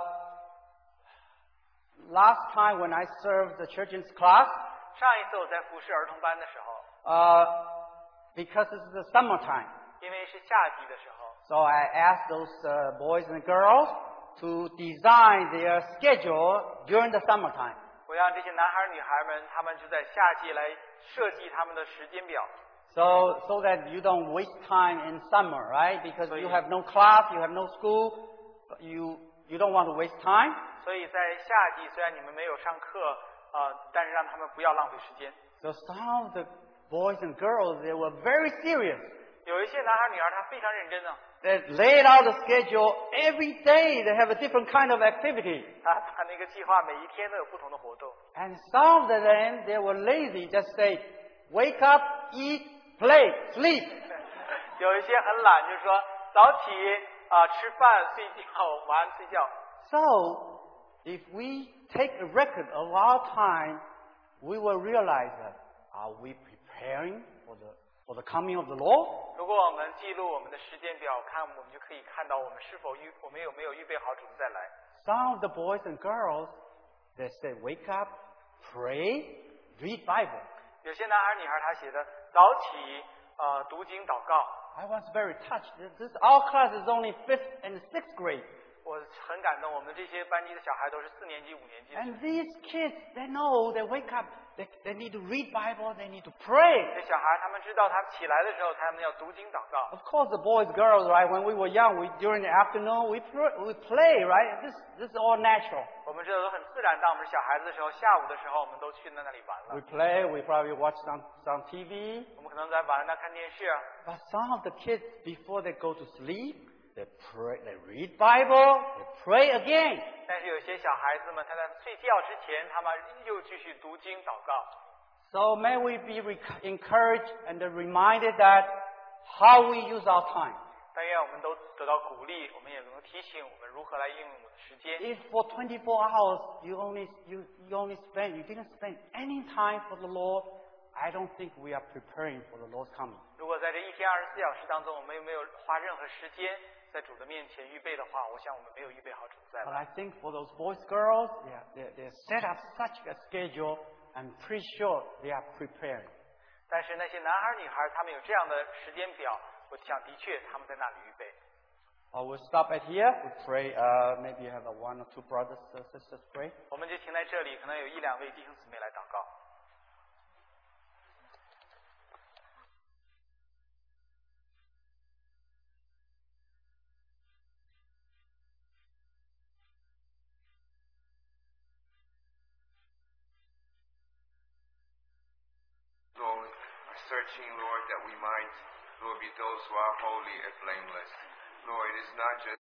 [SPEAKER 3] last time when I served the children's class,
[SPEAKER 2] 上一次我在服侍儿童班的时候，
[SPEAKER 3] uh, because this is the summertime,
[SPEAKER 2] 因为是夏季的时候，
[SPEAKER 3] So I asked those uh, boys and girls to design their schedule during the summertime.
[SPEAKER 2] 我让这些男孩女孩们，他们就在夏季来设计他们的时间表，
[SPEAKER 3] So, so that you don't waste time in summer, right? Because
[SPEAKER 2] So
[SPEAKER 3] you
[SPEAKER 2] you-
[SPEAKER 3] have no class, you have no school, you, you don't want to waste time.
[SPEAKER 2] 所以在夏季虽然你们没有上课，呃，但是让他们不要浪费时间。
[SPEAKER 3] So some of the boys and girls, they were very serious.
[SPEAKER 2] 有一些男孩女孩他非常认真呢、
[SPEAKER 3] They laid out a schedule every day. They have a different kind of activity.
[SPEAKER 2] 他他那个计划每一天都有不同的活动。
[SPEAKER 3] And some of them, they were lazy. Just say, wake up, eat, play, sleep.
[SPEAKER 2] 有一些很懒，就是说早起啊、吃饭、睡觉，晚安睡觉。
[SPEAKER 3] So, if we take a record of our time, we will realize that are we preparing for the, for the coming of the Lord?
[SPEAKER 2] 如果我们记录我们的时间表，看我们就可以看到我们是否预我们有没有预备好准备再来。
[SPEAKER 3] Some of the boys and girls, they say, wake up, pray, read Bible.
[SPEAKER 2] 有些男孩女孩他写的早起呃读经祷告，
[SPEAKER 3] I was very touched. This, this- our class is only fifth and sixth grade.
[SPEAKER 2] 我我很感动，我们这些班级的小孩都是四年级、五年级的。
[SPEAKER 3] And these kids, they know, they wake up, they, they need to read Bible, they need to pray.
[SPEAKER 2] 这小孩他们知道，他起来的时候，他们要读经祷告。
[SPEAKER 3] Of course, the boys, girls, right? When we were young, we, during the afternoon, we, pr- we play, right? This, this is all natural.
[SPEAKER 2] 我们这都很自然。当我们是小孩子的时候，下午的时候，我们都去那那里玩
[SPEAKER 3] We
[SPEAKER 2] 了。
[SPEAKER 3] play, we probably watch some, some TV.
[SPEAKER 2] 我们可能在玩那看电视，啊
[SPEAKER 3] But some of the kids, before they go to sleep, they pray, they read Bible, they pray again.
[SPEAKER 2] 但是有些小孩子们，他在睡觉之前，他们又继续读经祷告。
[SPEAKER 3] So may we be re- encouraged and reminded that how we use our time.
[SPEAKER 2] 但愿我们都得到鼓励，我们也能提醒我们如何来应用我们的时间。
[SPEAKER 3] If for 24 hours you only, you, you only spend, you didn't spend any time for the Lord, I don't think we are preparing for the Lord's coming.
[SPEAKER 2] 如果在这一天二十四小时当中，我们又没有花任何时间在主的面前预备的话，我想我们没有预备好主在
[SPEAKER 3] But
[SPEAKER 2] 吧。
[SPEAKER 3] I think for those boys, girls, they, are, they, they set up such a schedule. I'm pretty sure they are preparing.
[SPEAKER 2] 但是那些男孩女孩，他们有这样的时间表，我想的确他们在那里预备。
[SPEAKER 3] I will Uh, stop at here. We pray. Uh, maybe you have a one or two brothers or sisters pray.
[SPEAKER 2] 我们就停在这里，可能有一两位弟兄姊妹来祷告。
[SPEAKER 4] Lord, are searching, Lord, that we might, Lord, be those who are holy and blameless. Lord, it is not just